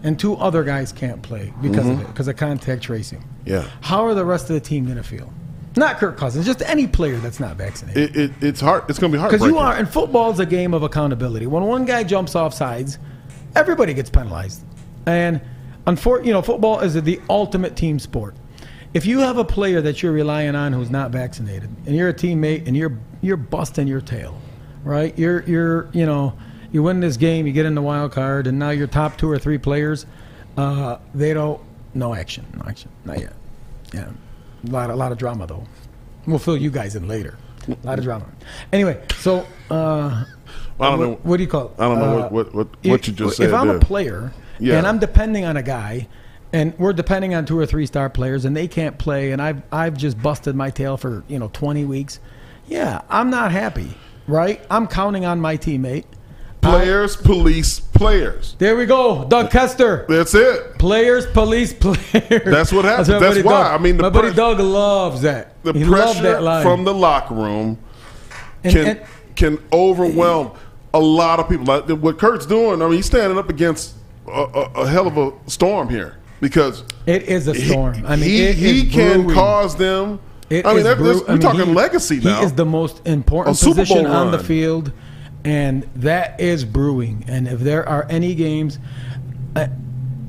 S1: and two other guys can't play because of it, because of contact tracing.
S2: Mm-hmm. Yeah.
S1: How are the rest of the team gonna feel? Not Kirk Cousins, just any player that's not vaccinated.
S2: It, it, it's hard. It's going to be hard.
S1: Because you are, and football's a game of accountability. When one guy jumps off sides, everybody gets penalized. And unfortunately, you know, football is the ultimate team sport. If you have a player that you're relying on who's not vaccinated, and you're a teammate, and you're you're busting your tail, right? You're you're you know, you win this game, you get in the wild card, and now your top two or three players, uh, they don't no action, no action, not yet. Yeah, a lot a lot of drama though. We'll fill you guys in later. A lot of drama. Anyway, so uh,
S2: I don't know.
S1: what, what do you call it?
S2: I don't know
S1: Uh,
S2: what, what, what,
S1: if-
S2: what you just said.
S1: If I'm
S2: there.
S1: a player
S2: Yeah.
S1: and I'm depending on a guy, and we're depending on two or three star players, and they can't play, and I've I've just busted my tail for you know 20 weeks. Yeah, I'm not happy, right? I'm counting on my teammate.
S2: players police players.
S1: There we go, Doug Kester.
S2: That's it.
S1: Players, police, players.
S2: That's what happens.
S1: my
S2: That's
S1: buddy
S2: why.
S1: Doug-
S2: I mean, the
S1: my buddy
S2: pres-
S1: Doug loves that.
S2: The
S1: he loved
S2: pressure
S1: that line.
S2: from the locker room
S1: And-
S2: can
S1: and-
S2: can overwhelm a lot of people. Like, what Kurt's doing, I mean, he's standing up against a, a, a hell of a storm here because
S1: It is a storm. I mean,
S2: he,
S1: it
S2: he
S1: is
S2: can
S1: brewing.
S2: cause them.
S1: It
S2: I mean,
S1: is
S2: that, that's-
S1: bru- I
S2: we're
S1: mean,
S2: talking
S1: he-
S2: legacy now.
S1: He is the most
S2: A
S1: important
S2: Super Bowl
S1: position on the
S2: run.
S1: field, and that is brewing. And if there are any games, uh,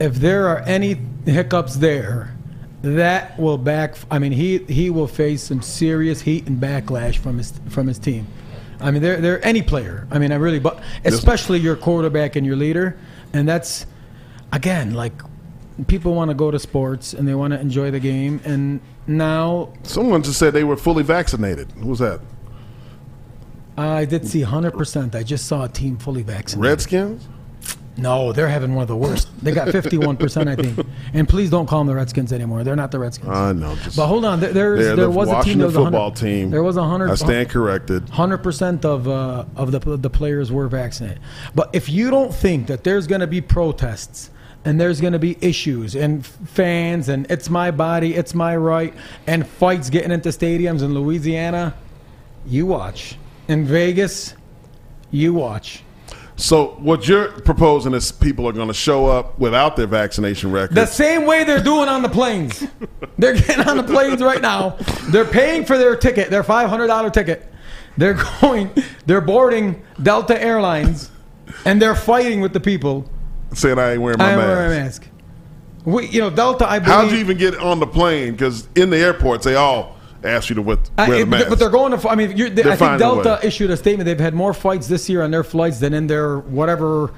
S1: if there are any hiccups there, that will back. I mean, he he will face some serious heat and backlash from his from his team. I mean, they're, they're any player. I mean, I really, but especially your quarterback and your leader, and that's again like people want to go to sports and they want to enjoy the game, and now
S2: Someone just said they were fully vaccinated. Who was that?
S1: I did see 100%. I just saw a team fully vaccinated.
S2: Redskins?
S1: No, they're having one of the worst. They got 51%, I think. And please don't call them the Redskins anymore. They're not the Redskins.
S2: I know. Just,
S1: But hold on, there, there's,
S2: They're
S1: there
S2: the
S1: was
S2: Washington
S1: a team. There was a hundred-
S2: football team.
S1: There was a hundred.
S2: I stand corrected.
S1: Hundred percent of uh, of the the players were vaccinated. But if you don't think that there's going to be protests and there's going to be issues and f- fans and it's my body, it's my right, and fights getting into stadiums in Louisiana, you watch. In Vegas, you watch.
S2: So what you're proposing is people are going to show up without their vaccination record.
S1: The same way they're doing on the planes. They're getting on the planes right now. They're paying for their ticket, their five hundred dollar ticket. They're going. They're boarding Delta Airlines, and they're fighting with the people.
S2: saying I ain't wearing my
S1: I am
S2: mask.
S1: wearing a mask. We, you know, Delta. I believe.
S2: How'd you even get on the plane? Because in the airports, they all ask you to with,
S1: I-
S2: wear the
S1: it-
S2: mask.
S1: But they're going to. f- I mean, you're, they,
S2: They're
S1: I think
S2: finding a
S1: Delta
S2: way.
S1: issued a statement. They've had more fights this year on their flights than in their whatever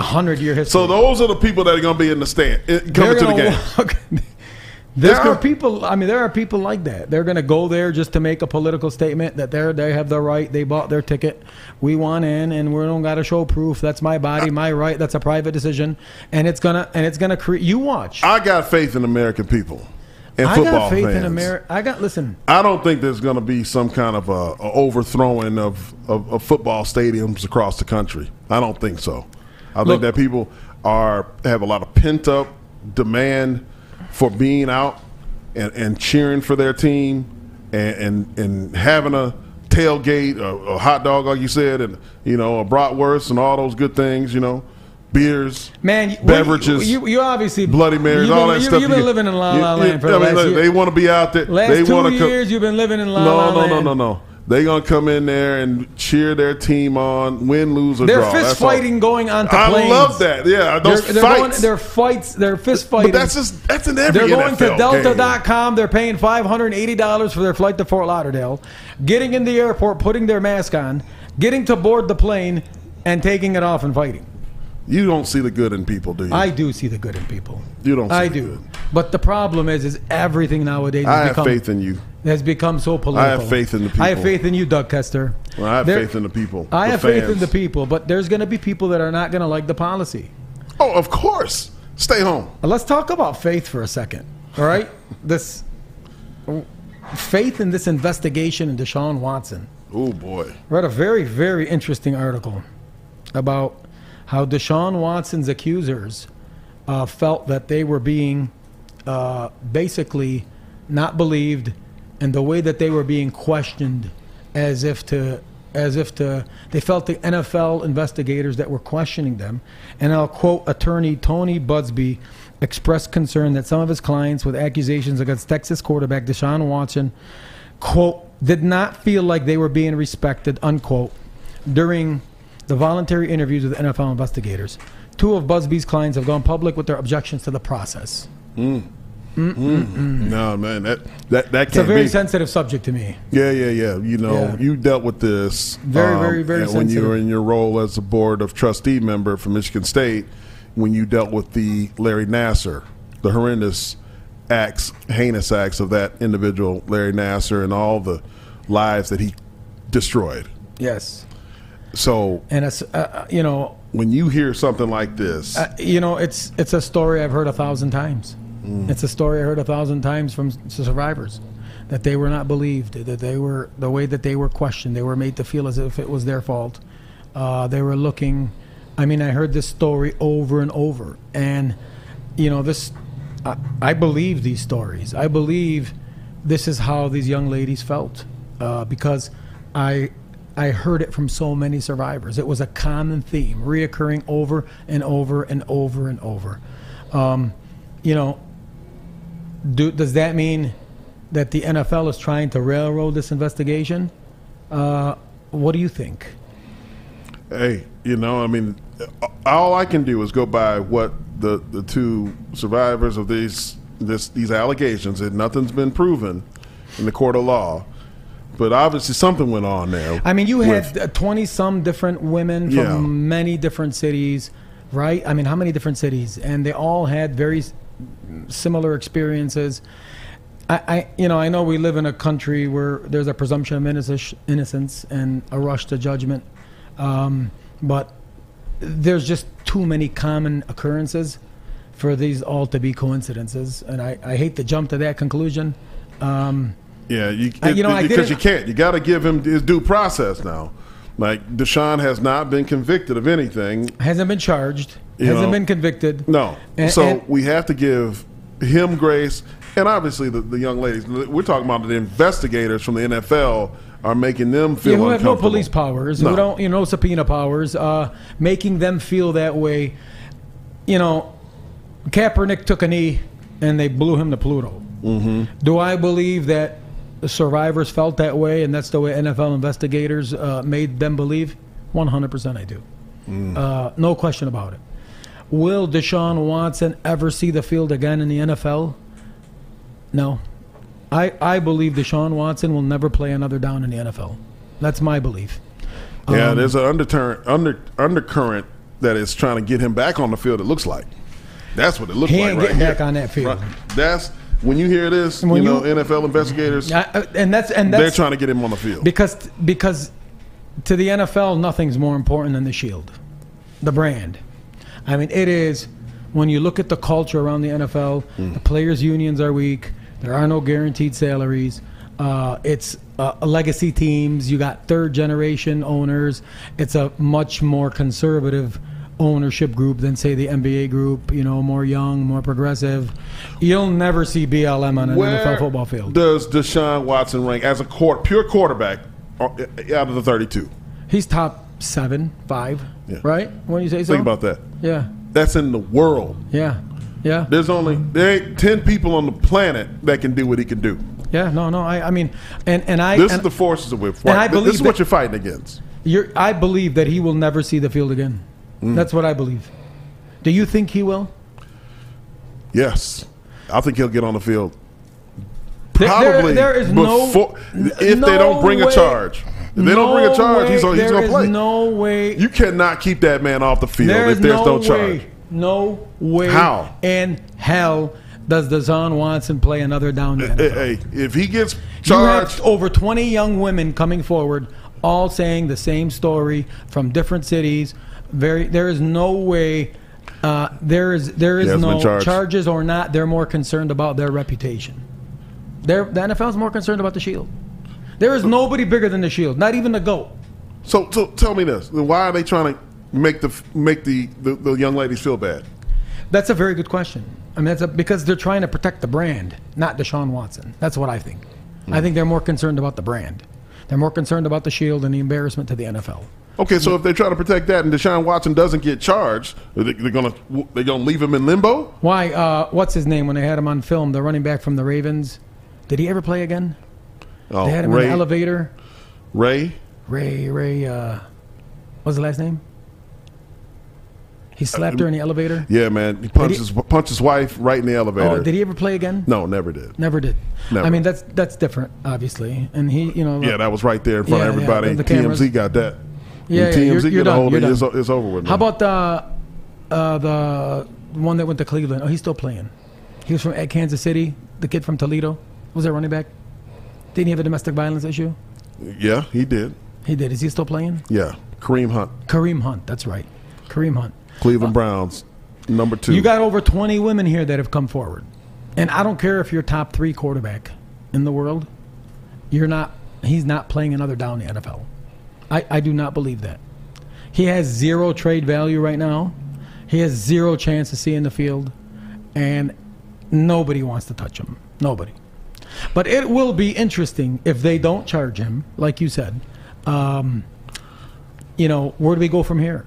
S1: hundred year history.
S2: so those are the people that are going to be in the stand eh,
S1: They're
S2: coming to the
S1: gonna
S2: game.
S1: walk- There's
S2: There
S1: gonna
S2: are-
S1: people. I mean, there are people like that. They're going to go there just to make a political statement that they are they have the right. They bought their ticket. We want in, and we don't got to show proof. That's my body, my right. That's a private decision, and it's gonna and it's gonna create. You watch.
S2: I got faith in American people and
S1: I
S2: football
S1: got faith
S2: fans.
S1: in America. I got listen.
S2: I don't think there's going to be some kind of a, a overthrowing of, of, of football stadiums across the country. I don't think so. I
S1: Look-
S2: think that people are have a lot of pent up demand for being out and, and cheering for their team and, and, and having a tailgate, a, a hot dog, like you said, and you know a bratwurst and all those good things. You know, beers,
S1: Man, when-
S2: beverages.
S1: You, you obviously
S2: Bloody
S1: you've
S2: Marys,
S1: been-
S2: all
S1: you-
S2: that stuff.
S1: You've been
S2: you get-
S1: living in La
S2: you-
S1: La
S2: you-
S1: Land for the
S2: I mean,
S1: last
S2: look,
S1: year.
S2: They want to be out there.
S1: Last
S2: they
S1: two
S2: want to
S1: years, you've been living in La La
S2: no, no,
S1: Land.
S2: no, no, no. They gonna come in there and cheer their team on, win, lose, or
S1: They're
S2: draw.
S1: fist
S2: That's all.
S1: fighting going onto
S2: I
S1: planes.
S2: love that. Yeah,
S1: They're,
S2: those
S1: they're,
S2: fights.
S1: going, they're fights. They're fist fighting.
S2: but that's just that's in every
S1: They're going to
S2: NFL game.
S1: Delta.com. They're paying $580 for their flight to Fort Lauderdale, getting in the airport, putting their mask on, getting to board the plane, and taking it off and fighting.
S2: You don't see the good in people, do you?
S1: I do see the good in people.
S2: You don't see
S1: I
S2: the
S1: do.
S2: good.
S1: But the problem is, is everything nowadays
S2: I
S1: has,
S2: have
S1: become,
S2: faith in you.
S1: has become so political.
S2: faith in the
S1: I have
S2: people.
S1: faith in you, Doug Kester.
S2: Well, I have
S1: There-
S2: faith in the people.
S1: I
S2: the
S1: have faith in
S2: fans.
S1: the people, but there's going to be people that are not going to like the policy.
S2: Oh, of course. Stay home.
S1: Uh, Let's talk about faith for a second. All right? This faith in this investigation into Deshaun Watson.
S2: Oh boy.
S1: Read a very, very interesting article about how Deshaun Watson's accusers uh, felt that they were being uh, basically not believed, and the way that they were being questioned, as if to, as if to, they felt the NFL investigators that were questioning them, and I'll quote attorney Tony Budsby expressed concern that some of his clients with accusations against Texas quarterback Deshaun Watson quote, did not feel like they were being respected, unquote, during the voluntary interviews with NFL investigators. Two of Busby's clients have gone public with their objections to the process.
S2: No man, that that that
S1: It's a
S2: can't
S1: very
S2: be.
S1: sensitive subject to me.
S2: Yeah, yeah, yeah. You know,
S1: Yeah.
S2: you dealt with this um,
S1: Very, very, very
S2: and when you were
S1: sensitive.
S2: in your role as a board of trustee member for Michigan State. When you dealt with the Larry Nasser, the horrendous acts, heinous acts of that individual, Larry Nasser, and all the lives that he destroyed.
S1: Yes.
S2: So
S1: And it's, uh, uh, you know,
S2: when you hear something like this,
S1: uh, you know, it's it's a story I've heard a thousand times. It's a story I heard a thousand times from s- survivors that they were not believed, that they were the way that they were questioned, they were made to feel as if it was their fault. Uh, they were looking. I mean, I heard this story over and over, and you know, this I, I believe these stories. I believe this is how these young ladies felt uh, because I I heard it from so many survivors. It was a common theme, reoccurring over and over and over and over. Um, you know, do, does that mean that the NFL is trying to railroad this investigation? Uh, what do you think?
S2: hey, you know, I mean, all I can do is go by what the the two survivors of these this these allegations and nothing's been proven in the court of law. But obviously something went on there.
S1: I mean, you
S2: with-
S1: had twenty some different women from
S2: Yeah.
S1: many different cities, right? I mean, how many different cities? And they all had very s- similar experiences. I, I, you know, I know we live in a country where there's a presumption of innocence- innocence and a rush to judgment, um, but there's just too many common occurrences for these all to be coincidences. And I, I hate to jump to that conclusion. Um,
S2: Yeah, you,
S1: Uh, you know, I
S2: because you
S1: didn't-
S2: can't. You got to give him his due process now. Like Deshaun has not been convicted of anything.
S1: hasn't been charged,
S2: You
S1: hasn't
S2: know,
S1: been convicted.
S2: No,
S1: And-
S2: so
S1: and-
S2: we have to give him grace, and obviously the, the young ladies. We're talking about the investigators from the NFL are making them feel
S1: Yeah, who have no
S2: uncomfortable.
S1: police powers,
S2: No.
S1: who don't, you know, subpoena powers, uh, making them feel that way. You know, Kaepernick took a knee and they blew him to Pluto. Mm-hmm. Do I believe that the survivors felt that way and that's the way NFL investigators uh, made them believe? 100% I do.
S2: Mm.
S1: Uh, no question about it. Will Deshaun Watson ever see the field again in the NFL? No. I, I believe Deshaun Watson will never play another down in the NFL. That's my belief.
S2: Yeah,
S1: Um,
S2: there's an undercurrent, under, undercurrent that is trying to get him back on the field. It looks like that's what it looks
S1: He
S2: like
S1: ain't
S2: right
S1: getting
S2: here.
S1: back on that field.
S2: Right. That's when you hear this.
S1: When
S2: you
S1: you-
S2: know, NFL investigators.
S1: I, I- and that's and
S2: they're
S1: that's
S2: trying to get him on the field.
S1: because because to the NFL nothing's more important than the shield, the brand. I mean, it is when you look at the culture around the NFL, the players' unions are weak. There are no guaranteed salaries. Uh, it's uh, legacy teams. You got third generation owners. It's a much more conservative ownership group than say the NBA group. You know, more young, more progressive. You'll never see BLM on an NFL football field.
S2: does Deshaun Watson rank as a court, pure quarterback uh, out of the 32?
S1: He's top seven, five,
S2: Yeah.
S1: right? When you say so.
S2: Think about that.
S1: Yeah,
S2: That's in the world.
S1: yeah, yeah,
S2: There's only there ain't 10 people on the planet that can do what he can do.
S1: yeah. No, no. I, I mean, and and I
S2: This is
S1: and
S2: the forces of which.
S1: I
S2: This is
S1: believe
S2: what
S1: that-
S2: you're fighting against.
S1: you're, I believe that he will never see the field again.
S2: Mm.
S1: That's what I believe. Do you think he will?
S2: Yes, I think he'll get on the field.
S1: There- there-
S2: Probably
S1: there is no-
S2: before-
S1: n-
S2: if they
S1: no
S2: don't bring a
S1: way-
S2: charge. If they don't bring a
S1: No
S2: charge, he's,
S1: way-
S2: on- he's
S1: there
S2: gonna
S1: is
S2: play.
S1: No way.
S2: you cannot keep that man off the field
S1: There
S2: if
S1: is
S2: there's
S1: no,
S2: no, charge.
S1: way. No way.
S2: How?
S1: in hell does Deshaun Watson play another down? in the NFL?
S2: Hey, hey, if he gets
S1: You have
S2: charged,
S1: over 20 young women coming forward, all saying the same story from different cities. Very, there is no way. Uh, there is there is
S2: He has been
S1: no
S2: charged.
S1: charges or not. They're more concerned about their reputation. They're, the NFL is more concerned about the Shield. There is nobody bigger than the Shield. Not even the goat.
S2: So, so tell me this: Why are they trying to make the make the, the, the young ladies feel bad?
S1: That's a very good question. I mean, that's a, because they're trying to protect the brand, not Deshaun Watson. That's what I think. I think they're more concerned about the brand. They're more concerned about the Shield and the embarrassment to the NFL.
S2: Okay, so if they try to protect that, and Deshaun Watson doesn't get charged, are they, they're gonna they're gonna leave him in limbo.
S1: Why? Uh, what's his name? When they had him on film, the running back from the Ravens, did he ever play again?
S2: Oh,
S1: They had him in
S2: Ray,
S1: the elevator.
S2: Ray,
S1: Ray, Ray, uh, what's the last name? He slapped her in the elevator.
S2: yeah, man, he punched
S1: he-
S2: his punched his wife right in the elevator.
S1: Oh, did he ever play again?
S2: No, never did.
S1: never did.
S2: Never.
S1: I mean, that's that's different, obviously. And he, you know,
S2: Yeah, that was right there in front of
S1: Yeah, yeah,
S2: everybody.
S1: the cameras.
S2: TMZ got that.
S1: Yeah,
S2: When
S1: yeah, you're-
S2: TMZ
S1: you're
S2: get a
S1: done,
S2: hold of
S1: you're
S2: it, it's,
S1: done.
S2: o- it's over with.
S1: How
S2: man.
S1: about the uh, the one that went to Cleveland? Oh, he's still playing. He was from at Kansas City. The kid from Toledo was that running back? Didn't he have a domestic violence issue?
S2: Yeah, he did.
S1: He did. Is he still playing?
S2: Yeah, Kareem Hunt,
S1: Kareem Hunt. That's right. Kareem Hunt.
S2: Cleveland Browns, number two.
S1: You got over 20 women here that have come forward. And I don't care if you're top three quarterback in the world, you're not, he's not playing another down in the NFL. I, I do not believe that. He has zero trade value right now. He has zero chance to see in the field. And nobody wants to touch him. Nobody. But it will be interesting if they don't charge him, like you said. Um, you know, where do we go from here?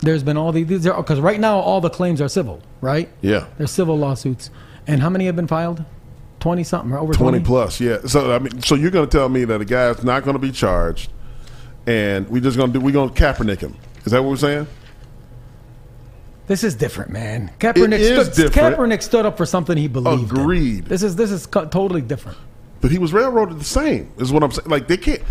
S1: There's been all these, these are because right now all the claims are civil, right?
S2: yeah,
S1: They're civil lawsuits. And how many have been filed? 20 something, or over 20?
S2: 20 plus yeah so i mean so you're going to tell me that a guy's not going to be charged and we just going to do we're going to Kaepernick him is that what we're saying
S1: This is different, man. Kaepernick,
S2: is
S1: stood,
S2: different.
S1: Kaepernick stood up for something he believed. in.
S2: Agreed.
S1: This is this is co- totally different.
S2: but he was railroaded the same is what i'm saying like they can't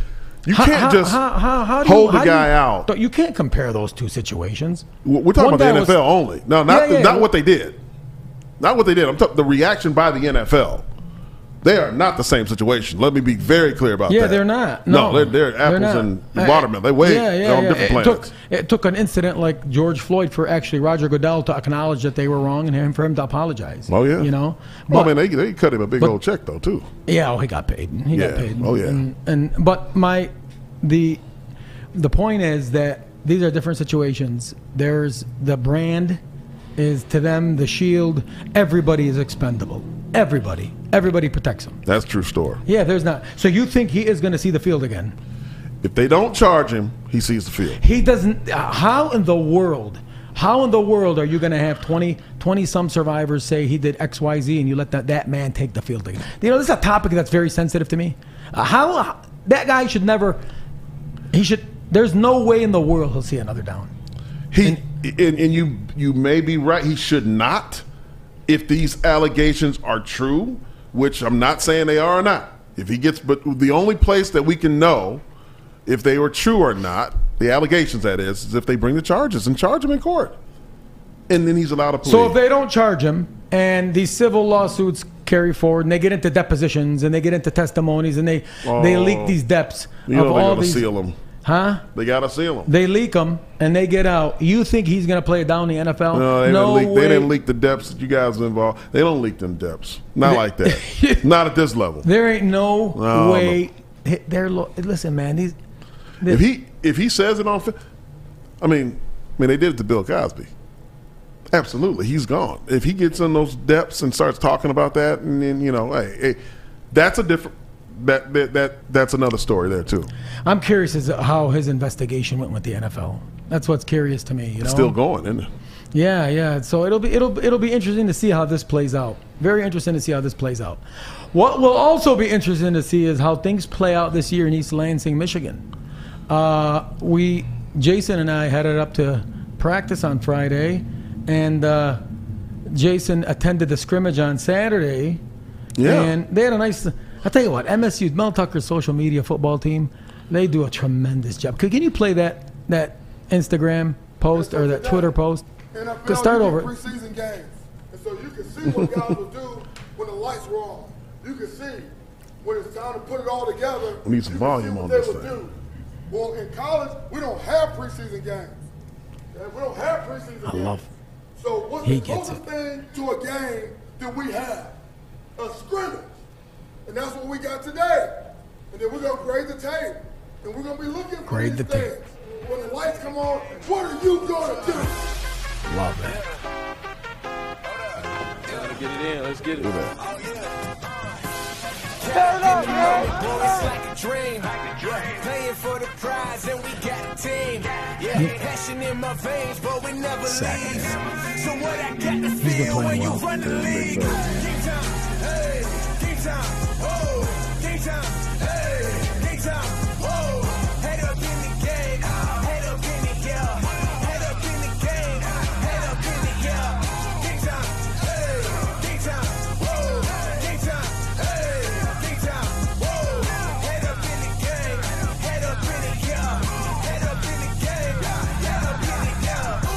S2: you
S1: How-
S2: can't
S1: how-
S2: just
S1: how- how- how do you-
S2: hold
S1: how
S2: the
S1: do you-
S2: guy out
S1: don't- You can't compare those two situations.
S2: we're talking
S1: One
S2: about the
S1: guy
S2: nfl
S1: was-
S2: only no not
S1: Yeah, yeah.
S2: not what they did not what they did i'm talking the reaction by the nfl They are not the same situation. Let me be very clear about
S1: Yeah,
S2: that.
S1: they're not.
S2: No,
S1: No,
S2: they're, they're apples
S1: not.
S2: and
S1: I-
S2: watermelon. They weigh they're on different
S1: it
S2: planets.
S1: took, it took an incident like George Floyd for actually Roger Goodell to acknowledge that they were wrong and him for him to apologize.
S2: oh yeah,
S1: you know.
S2: Well,
S1: But-
S2: I mean, they, they cut him a big old check though too.
S1: Yeah, oh, he got paid. He got
S2: Yeah.
S1: paid.
S2: Oh, yeah.
S1: And, and but my the the point is that these are different situations. There's the brand is to them the shield. Everybody is expendable. Everybody. Everybody protects them.
S2: That's true story.
S1: Yeah, there's not. So you think he is going to see the field again?
S2: If they don't charge him, he sees the field.
S1: He doesn't. uh, How in the world? How in the world are you going to have 20, 20 some survivors say he did X, Y, Z, and you let that, that man take the field again? You know, this is a topic that's very sensitive to me. Uh, how that guy should never. He should. There's no way in the world he'll see another down.
S2: He and, and you you may be right. He should not. If these allegations are true, which I'm not saying they are or not. If he gets, but the only place that we can know if they were true or not, the allegations that is, is if they bring the charges and charge him in court, and then he's allowed to plead.
S1: So if they don't charge him, and these civil lawsuits carry forward, and they get into depositions, and they get into testimonies, and they they leak
S2: Oh.
S1: these depths
S2: you
S1: of
S2: know they
S1: all
S2: gotta
S1: these,
S2: seal him.
S1: huh?
S2: They gotta seal him.
S1: They leak them and they get out. You think he's going to play down the NFL?
S2: No, they, didn't leak,
S1: way.
S2: they didn't leak the depths that you guys were involved. They don't leak them depths. Not like that. Not at this level.
S1: There ain't no
S2: No,
S1: way. Hey, They're lo- listen, man. These
S2: If he if he says it on, fi- I mean, I mean they did it to Bill Cosby. Absolutely, he's gone. If he gets in those depths and starts talking about that, and then you know, hey, hey that's a different. That, that that that's another story there too.
S1: I'm curious as to how his investigation went with the NFL. That's what's curious to me. You know?
S2: Still going, isn't it?
S1: Yeah, yeah. So it'll be it'll it'll be interesting to see how this plays out. Very interesting to see how this plays out. What will also be interesting to see is how things play out this year in East Lansing, Michigan. Uh, we Jason and I headed up to practice on Friday, and uh, Jason attended the scrimmage on Saturday.
S2: Yeah.
S1: And they had a nice. I tell you what, MSU's Mel Tucker's social media football team, they do a tremendous job. Could, can you play that that Instagram post or that Twitter post?
S3: NFL,
S1: Could start
S3: you
S1: over.
S3: did Preseason games, and so you can see what guys will do when the lights were on. You can see when it's time to put it all together.
S2: We need some
S3: you can see
S2: volume
S3: what
S2: on
S3: they
S2: this
S3: would
S2: thing.
S3: do. Well, in college, we don't have preseason games. Okay? We don't have preseason games.
S1: love-
S3: So what's
S1: He
S3: the
S1: gets
S3: closest thing to a game that we have? A scrimmage. And that's what we got today. And then we're going to grade the tape. And we're going to be looking for
S1: Grade
S3: these
S1: the tape.
S3: things. When the lights come on, what are you going to do?
S1: Love that.
S4: Gotta get it in. Let's get it.
S5: It's like a dream. Playing for the prize and we got a team. Yeah, passion in my veins, but we never leaves. So what I got to feel when you run the league. Game time, hey, game time, oh, game time, hey, game time, whoa. Head up in the game, head up in the yeah, head up in the game, head up in the yeah. Game time, hey, game time, whoa, game time, hey, game time, whoa. Head up in the game, head up in the yeah, head up in the game, head up in the yeah.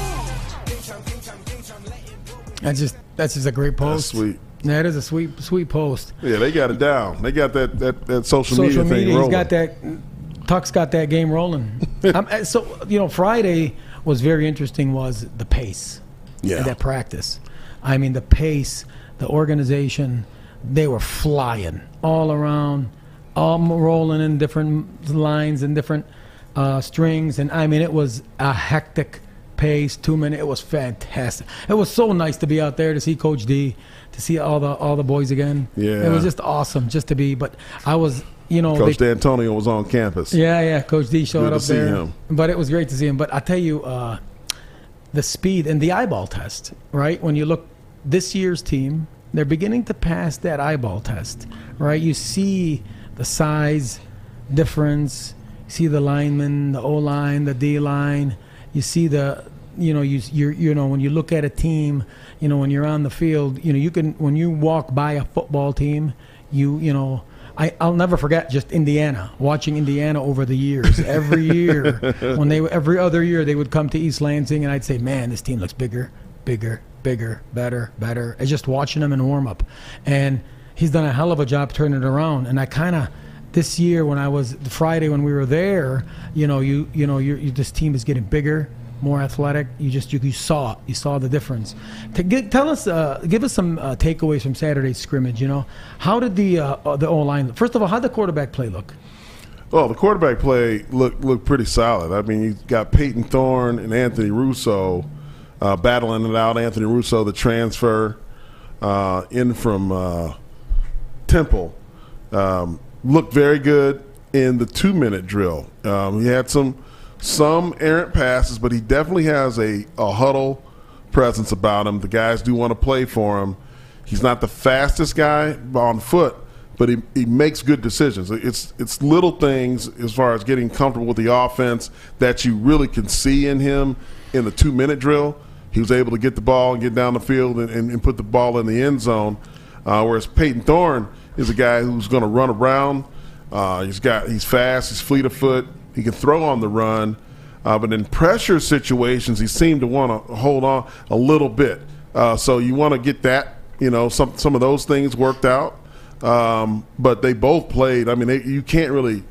S5: Game time, game time, game time, letting go.
S1: That's just that's just a great post.
S2: sweet.
S1: That is a sweet sweet post.
S2: Yeah, they got it down. They got that that, that social,
S1: Social
S2: media,
S1: media,
S2: thing
S1: he's
S2: rolling.
S1: got that. Tuck's got that game rolling. I'm, uh, so you know, Friday was very interesting. Was the pace?
S2: Yeah.
S1: That practice. I mean, the pace, the organization. They were flying all around, all rolling in different lines and different uh, strings. And I mean, it was a hectic pace. Two minute. It was fantastic. It was so nice to be out there to see Coach D, to see all the all the boys again. It
S2: Yeah.
S1: was just awesome just to be. But I was, you know,
S2: Coach
S1: they-
S2: D'Antonio was on campus.
S1: yeah, yeah. Coach D showed
S2: Good to
S1: up
S2: see
S1: there,
S2: him.
S1: but it was great to see him. But I tell you, uh, the speed and the eyeball test, right? When you look this year's team, they're beginning to pass that eyeball test, right? You see the size difference, you see the linemen, the O line, the D line, you see the you know you you you know when you look at a team, you know when you're on the field, you know you can when you walk by a football team, you you know I, I'll never forget just Indiana, watching Indiana over the years. Every year, when they every other year they would come to East Lansing, and I'd say, "Man, this team looks bigger, bigger, bigger, better, better." It's just watching them in warm up, and he's done a hell of a job turning it around. And I kind of this year when I was the Friday when we were there, you know, you you know, you this team is getting bigger, more athletic. You just you, you saw it. You saw the difference. To get, tell us, uh, give us some uh, takeaways from Saturday's scrimmage. You know, how did the uh, the O line? First of all, how did the quarterback play look?
S2: Well, Oh, the quarterback play looked looked pretty solid. I mean, you got Peyton Thorne and Anthony Russo uh, battling it out. Anthony Russo, the transfer uh, in from uh, Temple, um, looked very good in the two minute drill. Um, he had some some errant passes, but he definitely has a, a huddle presence about him. The guys do want to play for him. He's not the fastest guy on foot, but he, he makes good decisions. It's it's little things as far as getting comfortable with the offense that you really can see in him in the two minute drill. He was able to get the ball and get down the field and, and, and put the ball in the end zone. Uh, whereas Peyton Thorne is a guy who's going to run around. Uh, he's got he's fast, he's fleet of foot, he can throw on the run. Uh, but in pressure situations, he seemed to want to hold on a little bit. Uh, so you want to get that, you know, some some of those things worked out. Um, but they both played. I mean, they, you can't really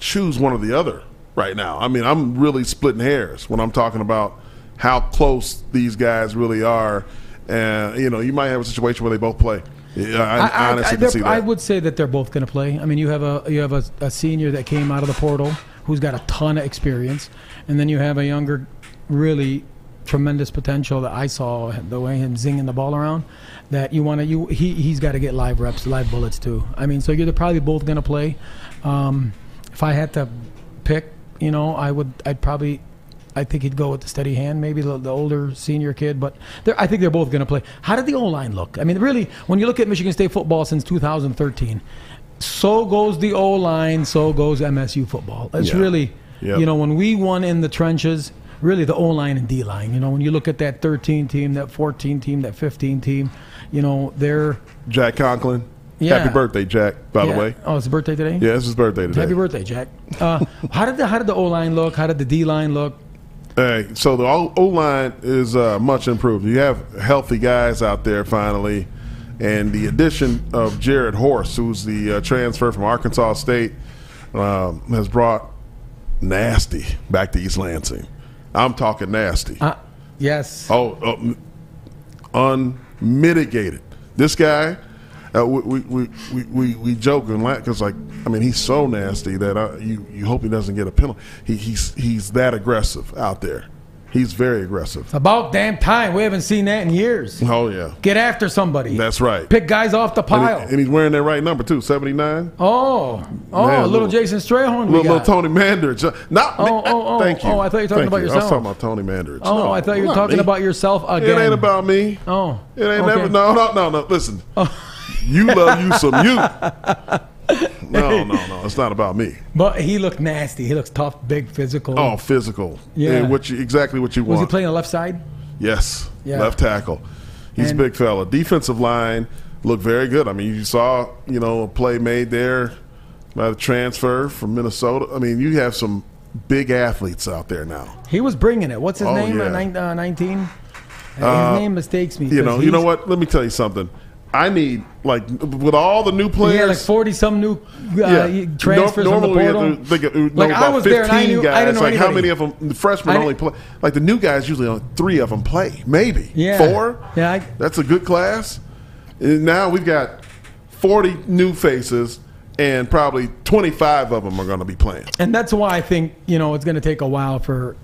S2: choose one or the other right now. I mean, I'm really splitting hairs when I'm talking about how close these guys really are. And you know, you might have a situation where they both play. Yeah, I, I honestly can
S1: they're-
S2: see that.
S1: I would say that they're both going to play. I mean, you have a you have a, a senior that came out of the portal who's got a ton of experience, and then you have a younger, really tremendous potential that I saw the way him zinging the ball around. That you want to you he he's got to get live reps, live bullets too. I mean, so you're probably both going to play. Um, if I had to pick, you know, I would I'd probably. I think he'd go with the steady hand, maybe the, the older senior kid, but they're, I think they're both going to play. How did the O line look? I mean, really, when you look at Michigan State football since 2013, so goes the O line, so goes MSU football. It's
S2: Yeah.
S1: really,
S2: Yep.
S1: you know, when we won in the trenches, really the O line and D line. You know, when you look at that 13 team, that 14 team, that 15 team, you know, they're.
S2: Jack Conklin.
S1: Yeah.
S2: Happy birthday, Jack. By
S1: Yeah.
S2: the way,
S1: Oh, it's his birthday today?
S2: yeah, it's his birthday today.
S1: Happy birthday, Jack. Uh, how did the how did the O line look? How did the D line look?
S2: Hey, so the O line is uh, much improved. You have healthy guys out there finally, and the addition of Jared Horse, who's the uh, transfer from Arkansas State, um, has brought nasty back to East Lansing. I'm talking nasty.
S1: Uh, yes.
S2: Oh, uh, m- unmitigated. This guy, uh, we, we, we, we, we, we joke and laugh because, like, I mean, he's so nasty that I, you, you hope he doesn't get a penalty. He, he's, he's that aggressive out there. He's very aggressive.
S1: About damn time. We haven't seen that in years.
S2: Oh, yeah.
S1: Get after somebody.
S2: That's right.
S1: Pick guys off the
S2: And, he-
S1: pile.
S2: and he's wearing that right number, too 79.
S1: oh, oh,
S2: Man,
S1: little,
S2: little-
S1: Jason Strayhorn. we
S2: Little, little
S1: got.
S2: Tony Mandridge. Not,
S1: Oh, oh, oh,
S2: thank you.
S1: oh, I thought you were talking
S2: Thank
S1: about
S2: you. I
S1: yourself.
S2: was talking about Tony Mandridge.
S1: Oh,
S2: No,
S1: I thought you were
S2: not
S1: talking
S2: me.
S1: about yourself
S2: It
S1: again.
S2: ain't about me.
S1: Oh,
S2: It ain't
S1: okay.
S2: never. No, no, no, no. Listen, you love you some you. No, no, no. It's not about me.
S1: But he looked nasty. He looks tough, big, physical.
S2: Oh, physical.
S1: Yeah.
S2: And what you, exactly what you
S1: was
S2: want.
S1: he playing the left side?
S2: Yes.
S1: Yeah.
S2: Left tackle. He's
S1: And-
S2: a big fella. Defensive line looked very good. I mean, you saw you know a play made there by the transfer from Minnesota. I mean, you have some big athletes out there now.
S1: He was bringing it. What's his
S2: Oh,
S1: name?
S2: yeah.
S1: Nine- uh, Nineteen. Uh, his name mistakes me.
S2: You
S1: 'cause
S2: know. You
S1: he's-
S2: know what? Let me tell you something. I need like with all the new players.
S1: Yeah, like forty some new
S2: Yeah,
S1: uh, transfers from
S2: Nor-
S1: the
S2: normally uh,
S1: portal.
S2: you have to think of, know
S1: Like, I
S2: about
S1: was there and I
S2: 15
S1: knew- I
S2: guys.
S1: didn't know
S2: like how
S1: anybody.
S2: many of them the freshmen
S1: I
S2: only
S1: didn't-
S2: play? Like the new guys usually only three of them play, maybe
S1: Yeah.
S2: four.
S1: Yeah, I-
S2: that's a good class. And now we've got forty new faces, and probably twenty-five of them are going to be playing.
S1: And that's why I think, you know, it's going to take a while for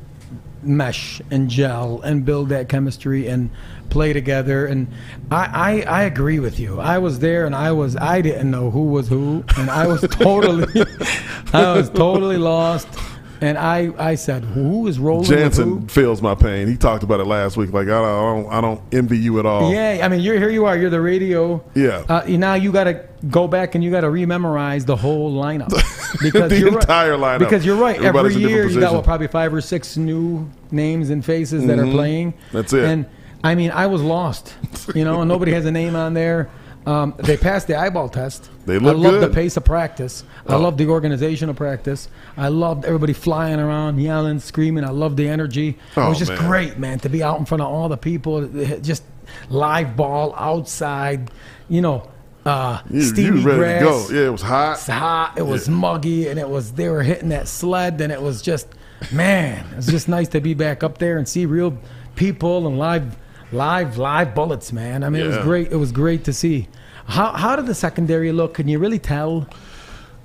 S1: mesh and gel and build that chemistry and play together. And I, I, I agree with you. I was there and I was, I didn't know who was who. And I was totally, I was totally lost. And I, I said, who is rolling with
S2: Jansen
S1: who?
S2: feels my pain. He talked about it last week. Like I don't, I don't, I don't envy you at all.
S1: Yeah, I mean, you're here. You are. You're the radio.
S2: Yeah.
S1: Uh, now you got to go back and you got to rememorize the whole lineup because
S2: The
S1: you're right-
S2: entire lineup.
S1: Because you're right.
S2: Everybody's in
S1: Every
S2: different
S1: year you got
S2: position.
S1: what, probably five or six new names and faces that are playing.
S2: Mm-hmm. That's it.
S1: And I mean, I was lost. You know, and nobody has a name on there. Um, they passed the eyeball test.
S2: They look
S1: I love the
S2: good.
S1: pace of practice.
S2: Oh.
S1: I love the organization of practice. I loved everybody flying around, yelling, screaming. I loved the energy. it
S2: Oh,
S1: was just
S2: man.
S1: great great, man, to be out in front of all the people, just live ball outside, you know, Uh,
S2: You, you
S1: Stevie
S2: ready
S1: Grass.
S2: to go? Yeah, it was
S1: It's
S2: hot.
S1: hot. It was muggy, and it was they were hitting that sled, and it was just man, it was just nice to be back up there and see real people and live, live, live bullets, man. I mean, it was
S2: Yeah.
S1: great. It was great to see. How how did the secondary look? Can you really tell?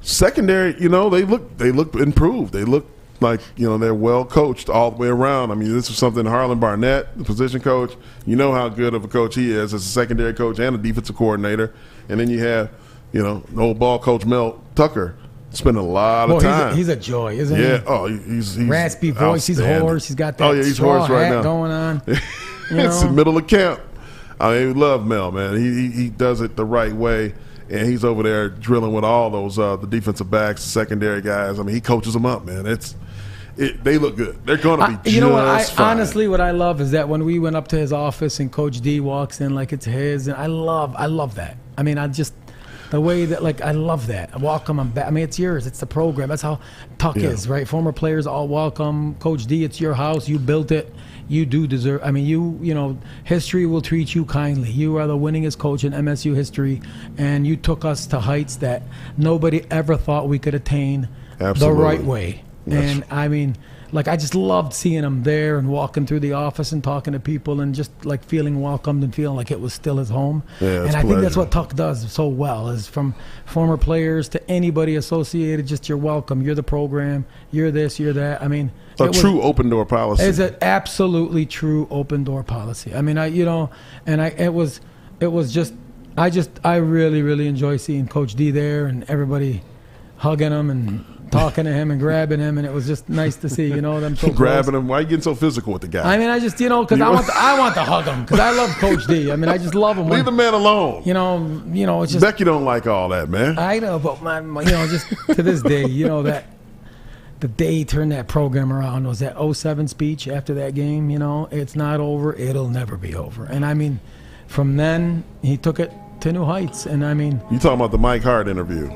S2: Secondary, you know, they look they look improved. They look like you know they're well coached all the way around. I mean, this is something Harlan Barnett, the position coach. You know how good of a coach he is as a secondary coach and a defensive coordinator. And then you have you know the old ball coach Mel Tucker spending a lot
S1: Well,
S2: of
S1: he's
S2: time.
S1: a, he's a joy, isn't he?
S2: yeah, oh, he's, he's
S1: Raspy voice. He's
S2: outstanding. Oh,
S1: hoarse. He's got that straw hat going on. you
S2: it's the
S1: know?
S2: middle of camp. I mean, we love Mel, man. He, he he does it the right way, and he's over there drilling with all those uh, the defensive backs, the secondary guys. I mean, he coaches them up, man. It's it, they look good. They're gonna be.
S1: I- you know what? I,
S2: just fine.
S1: honestly, what I love is that when we went up to his office and Coach D walks in like it's his, and I love, I love that. I mean, I just the way that like I love that. I welcome, I'm back. I mean, it's yours. It's the program. That's how Tuck
S2: Yeah.
S1: is, right? Former players all welcome. Coach D, it's your house. You built it. You do deserve. I mean, you you know, history will treat you kindly. You are the winningest coach in MSU history, and you took us to heights that nobody ever thought we could attain the
S2: Absolutely.
S1: right way.
S2: Yes.
S1: And I mean, like I just loved seeing him there and walking through the office and talking to people and just like feeling welcomed and feeling like it was still his home.
S2: Yeah,
S1: and
S2: it's
S1: I think that's
S2: pleasure.
S1: what Tuck does so well is from former players to anybody associated, just you're welcome, you're the program, you're this, you're that. I mean,
S2: a
S1: it was-
S2: true open door policy.
S1: it's an absolutely true open door policy. I mean, I you know, and I it was it was just I just I really really enjoy seeing Coach D there and everybody hugging him and talking to him and grabbing him and it was just nice to see you know them so close.
S2: grabbing him. Why you getting so physical with the guy?
S1: I mean, I just you know because I want to, I want to hug him because I love Coach D. I mean, I just love him.
S2: leave the
S1: When,
S2: man alone.
S1: you know, you know, it's just
S2: Becky don't like all that, man.
S1: I know, but my, my you know, just to this day, you know that the day he turned that program around was that 07 speech after that game. You know, it's not over. It'll never be over. And I mean, from then he took it to new heights. And I mean,
S2: you talking about the Mike Hart interview?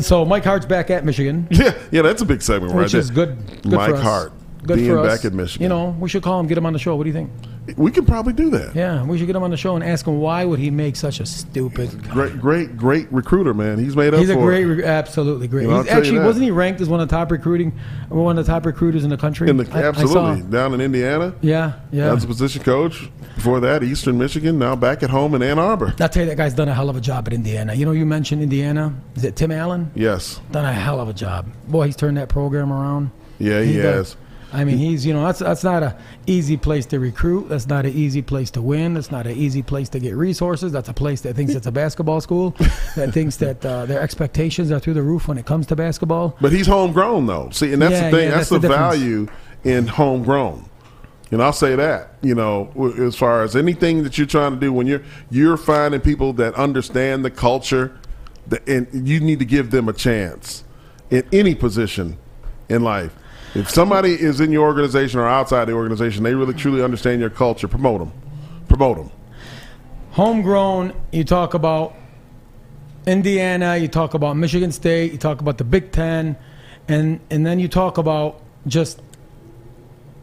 S1: so Mike Hart's back at Michigan,
S2: Yeah, yeah, that's a big segment right
S1: which
S2: there.
S1: is good. good
S2: Mike
S1: for us.
S2: Hart
S1: Good
S2: being
S1: for us.
S2: back at Michigan.
S1: You know, we should call him, get him on the show. What do you think?
S2: we could probably do that.
S1: Yeah, we should get him on the show and ask him why would he make such a stupid.
S2: Great, great, great recruiter, man. He's made up
S1: He's a
S2: for
S1: great,
S2: it.
S1: re- absolutely great.
S2: You know, I'll
S1: He's
S2: tell you
S1: actually
S2: that.
S1: wasn't he ranked as one of the top recruiting, one of the top recruiters in the country?
S2: in the
S1: I- I saw.
S2: absolutely down in Indiana.
S1: Yeah, yeah.
S2: That's a position coach. Before that, Eastern Michigan. Now back at home in Ann Arbor.
S1: I'll tell you, that guy's done a hell of a job at Indiana. You know, you mentioned Indiana. Is it Tim Allen?
S2: Yes,
S1: Done a hell of a job. Boy, he's turned that program around.
S2: yeah, he,
S1: He's done-
S2: has.
S1: I mean, he's you know that's that's not a easy place to recruit. That's not an easy place to win. That's not an easy place to get resources. That's a place that thinks it's a basketball school, that thinks that uh, their expectations are through the roof when it comes to basketball.
S2: But he's homegrown though. See, and that's
S1: Yeah,
S2: the thing.
S1: yeah, that's
S2: that's, the,
S1: the difference.
S2: value in homegrown. And I'll say that you know, w- as far as anything that you're trying to do, when you're you're finding people that understand the culture, the, and you need to give them a chance in any position in life. If somebody is in your organization or outside the organization, they really truly understand your culture. Promote them. Promote them.
S1: homegrown you talk about indiana you talk about michigan state you talk about the big ten and and then you talk about just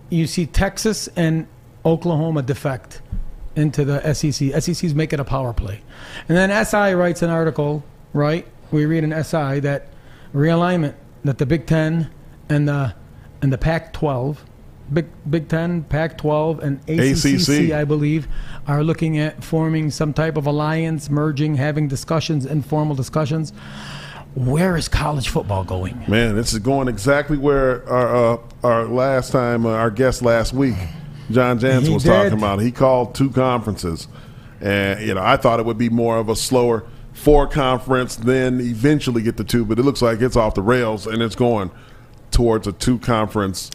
S1: you see texas and oklahoma defect into the E sec sec's making a power play and then si writes an article right we read an si that realignment that the big ten and the and the pac 12 big big 10 pac 12 and
S2: ACC.
S1: acc I believe, are looking at forming some type of alliance, merging, having discussions, informal discussions. Where is college football going?
S2: Man, this is going exactly where our uh, our last time uh, our guest last week, John Jansen
S1: He
S2: was
S1: did.
S2: talking about. He called two conferences, and you know I thought it would be more of a slower four conference, then eventually get the two. But it looks like it's off the rails and it's going towards a two conference,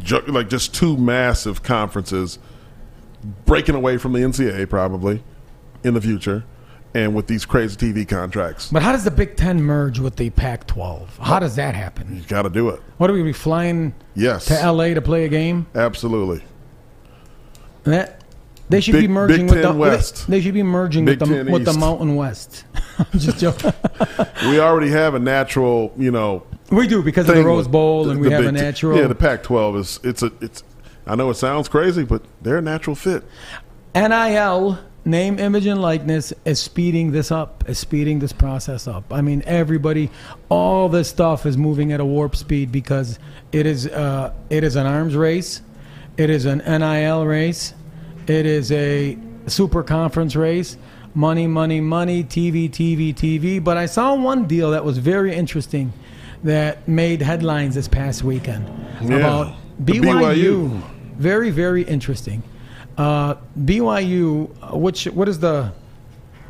S2: ju- like just two massive conferences, breaking away from the NCAA probably in the future, and with these crazy TV contracts,
S1: But how does the Big Ten merge with the Pac 12? How does that happen?
S2: you got to do it.
S1: What are we gonna be flying
S2: Yes,
S1: to LA to play a game?
S2: absolutely.
S1: That Eh, they should
S2: Big-
S1: be merging
S2: Big
S1: with the
S2: Ten West.
S1: They, should be merging
S2: Big
S1: with the,
S2: Ten
S1: with the
S2: East.
S1: Mountain West. I'm just joking.
S2: we already have a natural, you know,
S1: we do because of
S2: thing
S1: the Rose
S2: with
S1: Bowl,
S2: the-
S1: and
S2: the
S1: we have a
S2: Big Ten.
S1: natural.
S2: Yeah, the Pac-12 is it's a it's. I know it sounds crazy, but they're a natural fit.
S1: NIL name, image, and likeness is speeding this up, is speeding this process up. I mean, everybody, all this stuff is moving at a warp speed because it is uh, it is an arms race, it is an NIL race, it is a super conference race. Money, money, money, TV, TV, TV. But I saw one deal that was very interesting that made headlines this past weekend
S2: Yeah.
S1: about
S2: The BYU.
S1: BYU. Very, very interesting. Uh, BYU, uh, which what is the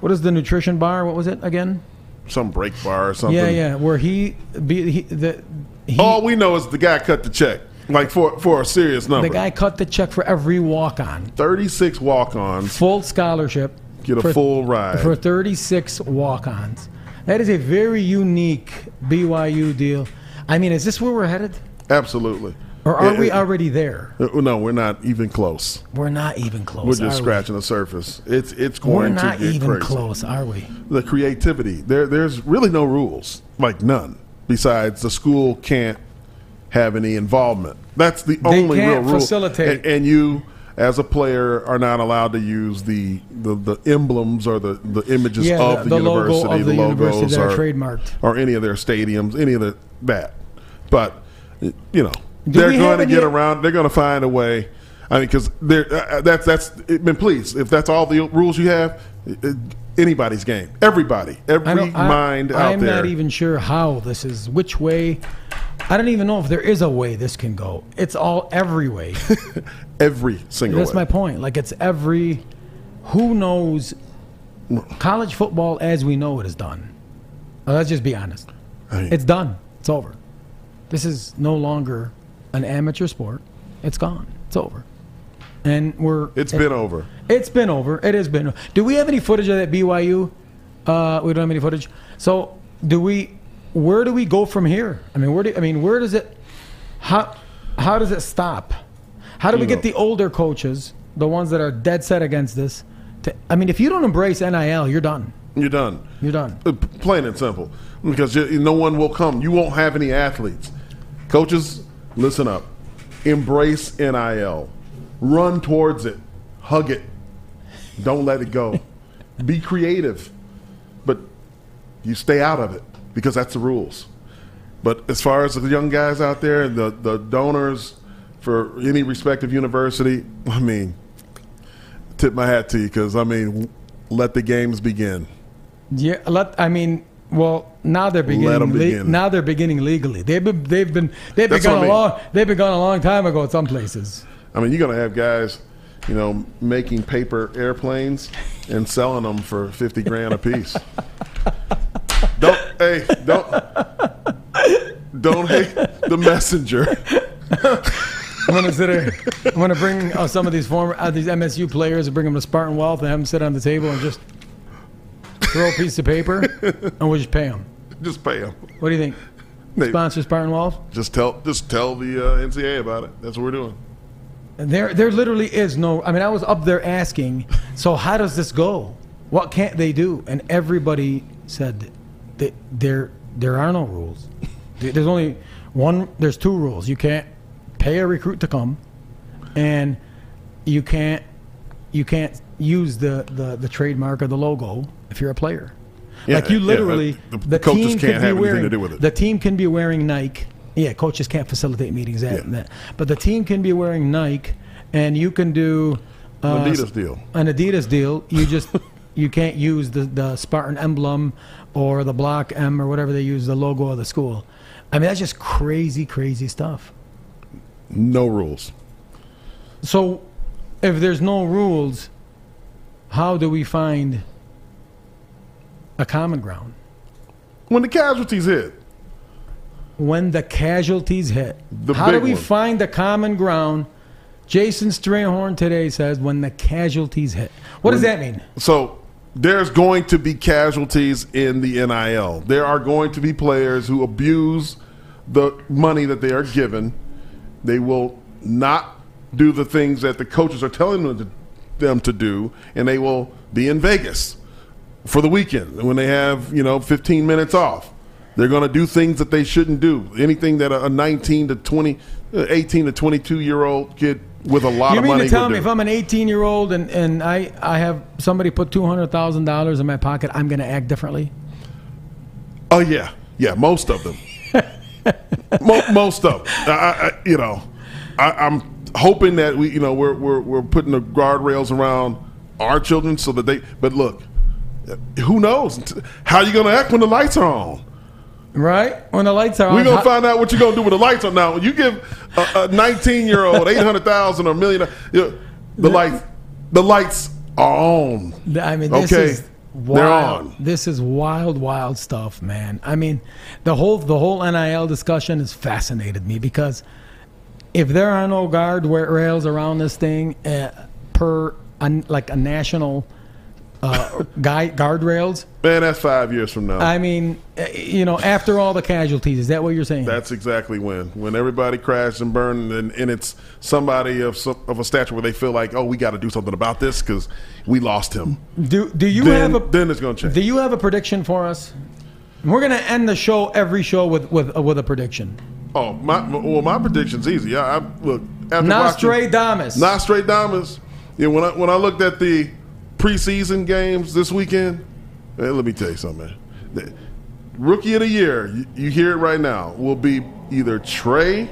S1: what is the nutrition bar? What was it again?
S2: Some break bar or something.
S1: Yeah, yeah. Where he, be, he the he,
S2: All we know is the guy cut the check, like for for a serious number.
S1: the guy cut the check for every walk on,
S2: thirty six walk ons
S1: full scholarship,
S2: get a
S1: for-
S2: full ride.
S1: for 36 walk-ons. That is a very unique BYU deal. I mean, is this where we're headed,
S2: Absolutely.
S1: or are
S2: It-
S1: we
S2: it-
S1: already there?
S2: Uh, No, we're not even close.
S1: We're not even close.
S2: We're just
S1: are we?
S2: scratching the surface. It's it's going
S1: We're not
S2: to get
S1: even
S2: crazy.
S1: close, are we?
S2: The creativity there. There's really no rules, like none. Besides, the school can't have any involvement. That's the only real
S1: can't
S2: rule.
S1: facilitate.
S2: And, and you, as a player, are not allowed to use the the, the emblems or the, the images
S1: Yeah,
S2: of the,
S1: the- the logo
S2: university,
S1: of the
S2: the logos
S1: university that are
S2: or,
S1: trademarked.
S2: or any of their stadiums, any of the, that. But you know, they're
S1: we have
S2: going to
S1: any-
S2: get around. They're going to find a way. I mean, because uh, that's that's. I mean, please, if that's all the rules you have, uh, anybody's game. Everybody, every
S1: I don't, I,
S2: mind out
S1: I'm
S2: there.
S1: not even sure how this is, which way. I don't even know if there is a way this can go. It's all every way.
S2: every single.
S1: That's
S2: way.
S1: my point. Like it's every. Who knows? College football, as we know it, is done. Uh, Let's just be honest.
S2: I mean,
S1: It's done. It's over. This is no longer an amateur sport. It's gone. It's over. And we're.
S2: it's been over.
S1: It's been over. It has been. Do we have any footage of that BYU? Uh, we don't have any footage. So do we? Where do we go from here? I mean, where do I mean? Where does it? How how does it stop? How do we get the older coaches, the ones that are dead set against this? To, I mean, if you don't embrace NIL, you're done.
S2: You're done.
S1: You're done.
S2: Uh, p- Plain and simple. Because you, no one will come. You won't have any athletes. Coaches, listen up. Embrace NIL. Run towards it. Hug it. Don't let it go. Be creative. But you stay out of it because that's the rules. But as far as the young guys out there, the, the donors for any respective university, I mean, tip my hat to you because, I mean, let the games begin.
S1: Yeah, let I mean, well, now they're beginning.
S2: 'em
S1: le-
S2: begin.
S1: Now they're beginning legally. They've been they've been they've
S2: That's
S1: begun
S2: what I
S1: a
S2: mean.
S1: long they've begun a long time ago in some places.
S2: I mean, you're going to have guys, you know, making paper airplanes and selling them for 50 grand a piece. don't, hey, don't, don't hate the messenger.
S1: I'm gonna sit here. I'm gonna bring uh, some of these former uh, these MSU players and bring them to Spartan Wealth and have them sit on the table and just throw a piece of paper and we'll just pay them.
S2: Just pay them.
S1: What do you think? Sponsor Spartan Wealth?
S2: just tell, just tell the uh, NCAA about it. That's what we're doing.
S1: There, there literally is no. I mean, I was up there asking. So how does this go? What can't they do? And everybody said that there, there are no rules. There- There's only one. There's two rules. You can't pay a recruit to come, and you can't, you can't use the the, the trademark or the logo if you're a player.
S2: Yeah,
S1: like you
S2: yeah,
S1: literally,
S2: the-
S1: the,
S2: the coaches
S1: team
S2: can't
S1: could
S2: have
S1: be
S2: anything to
S1: wearing,
S2: do with it.
S1: The team can be wearing Nike. Yeah, coaches can't facilitate meetings. That,
S2: Yeah.
S1: that. But the team can be wearing Nike, and you can do uh,
S2: Adidas deal.
S1: An Adidas deal. You just you can't use the the Spartan emblem or the block M or whatever they use the logo of the school. I mean, that's just crazy, crazy stuff.
S2: No rules.
S1: So, if there's no rules, how do we find a common ground
S2: When the casualties hit,
S1: when the casualties hit?
S2: The
S1: how do
S2: big
S1: we
S2: one.
S1: find the common ground? Jason Strayhorn today says when the casualties hit. What does that mean?
S2: So there's going to be casualties in the NIL. There are going to be players who abuse the money that they are given. They will not do the things that the coaches are telling them to, them to do, and they will be in Vegas for the weekend when they have you know 15 minutes off. They're going to do things that they shouldn't do. Anything that a a 19 to 20, uh, 18 to 22 year old kid with a lot
S1: You
S2: of
S1: mean
S2: money.
S1: to tell
S2: would
S1: me
S2: do.
S1: if I'm an 18 year old and, and I, I have somebody put two hundred thousand dollars in my pocket, I'm going to act differently?
S2: Oh yeah, yeah, most of them. Mo- most of them. I, I, I- you know, I, I'm hoping that we, you know, we're we're we're putting the guardrails around our children so that they. But look, who knows how you gonna act when the lights are on?
S1: Right when the lights are on.
S2: We're gonna
S1: how-
S2: find out what you're gonna do with the lights on. Now, when you give a 19 year old 800,000 or a million, uh, you know, the lights, the lights are on.
S1: Th- I mean, this
S2: Okay,
S1: is wild.
S2: they're on.
S1: This is wild, wild stuff, man. I mean, the whole the whole NIL discussion has fascinated me because if there are no guard wa- rails around this thing, uh, per an, like a national uh, guy guardrails.
S2: Man, that's five years from now.
S1: I mean, uh, you know, after all the casualties, is that what you're saying?
S2: That's exactly when. When everybody crashed and burned, and, and it's somebody of some, of a stature where they feel like, oh, we got to do something about this because we lost him.
S1: do do you
S2: Then-
S1: have a
S2: then it's gonna change.
S1: Do you have a prediction for us? We're gonna end the show every show with with uh, with a prediction.
S2: Oh, my, well, my prediction's easy. I, I look after watching
S1: Nostradamus.
S2: Nostradamus. You know, when I when I looked at the preseason games this weekend, eh, let me tell you something, man. The rookie of the year, you, you hear it right now, will be either Trey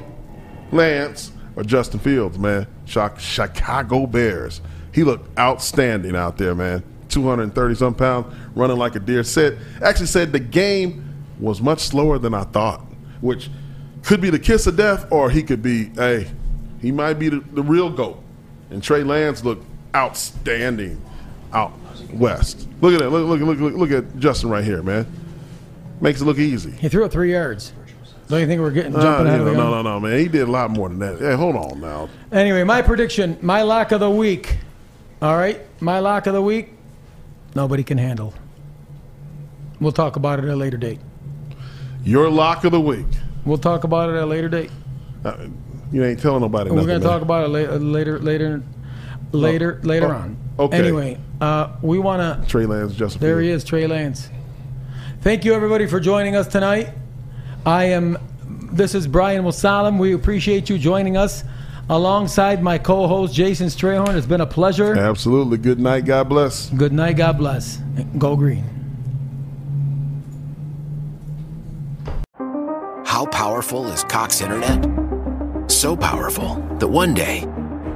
S2: Lance or Justin Fields, man. Chi- Chicago Bears. He looked outstanding out there, man. 230 some pounds, running like a deer. Said actually said the game was much slower than I thought, which could be the kiss of death, or he could be, hey, he might be the, the real goat. And Trey Lance looked outstanding out west. Look at that. Look, look, look, look, look at Justin right here, man. Makes it look easy.
S1: He threw it three yards. Don't you think we're getting
S2: Uh,
S1: jumping
S2: you
S1: out of
S2: know,
S1: the gun?
S2: no, no, no, man. He did a lot more than that. Hey, hold on now.
S1: Anyway, my prediction, my lock of the week. All right, my lock of the week. Nobody can handle. We'll talk about it at a later date.
S2: Your lock of the week.
S1: We'll talk about it at a later date.
S2: Uh, you ain't telling nobody.
S1: We're
S2: nothing,
S1: going to
S2: man.
S1: talk about it la- later, later, later, later
S2: oh,
S1: on.
S2: okay.
S1: Anyway, uh, we want to.
S2: Trey Lance, Justin.
S1: There he
S2: Fields.
S1: is, Trey Lance. Thank you, everybody, for joining us tonight. I am. This is Brian Wasalam. We appreciate you joining us alongside my co-host Jason Strayhorn. It's been a pleasure.
S2: Absolutely. Good night. God bless.
S1: Good night. God bless. Go green.
S6: How powerful is Cox Internet? So powerful that one day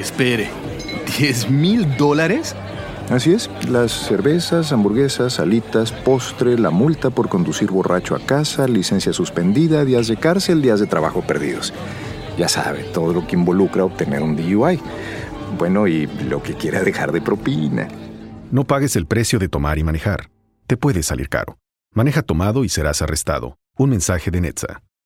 S7: Espere. ¿10 mil dólares?
S8: Así es, las cervezas, hamburguesas, alitas, postre, la multa por conducir borracho a casa, licencia suspendida, días de cárcel, días de trabajo perdidos. Ya sabe, todo lo que involucra obtener un DUI. Bueno, y lo que quiera dejar de propina.
S9: No pagues el precio de tomar y manejar. Te puede salir caro. Maneja tomado y serás arrestado. Un mensaje de Netza.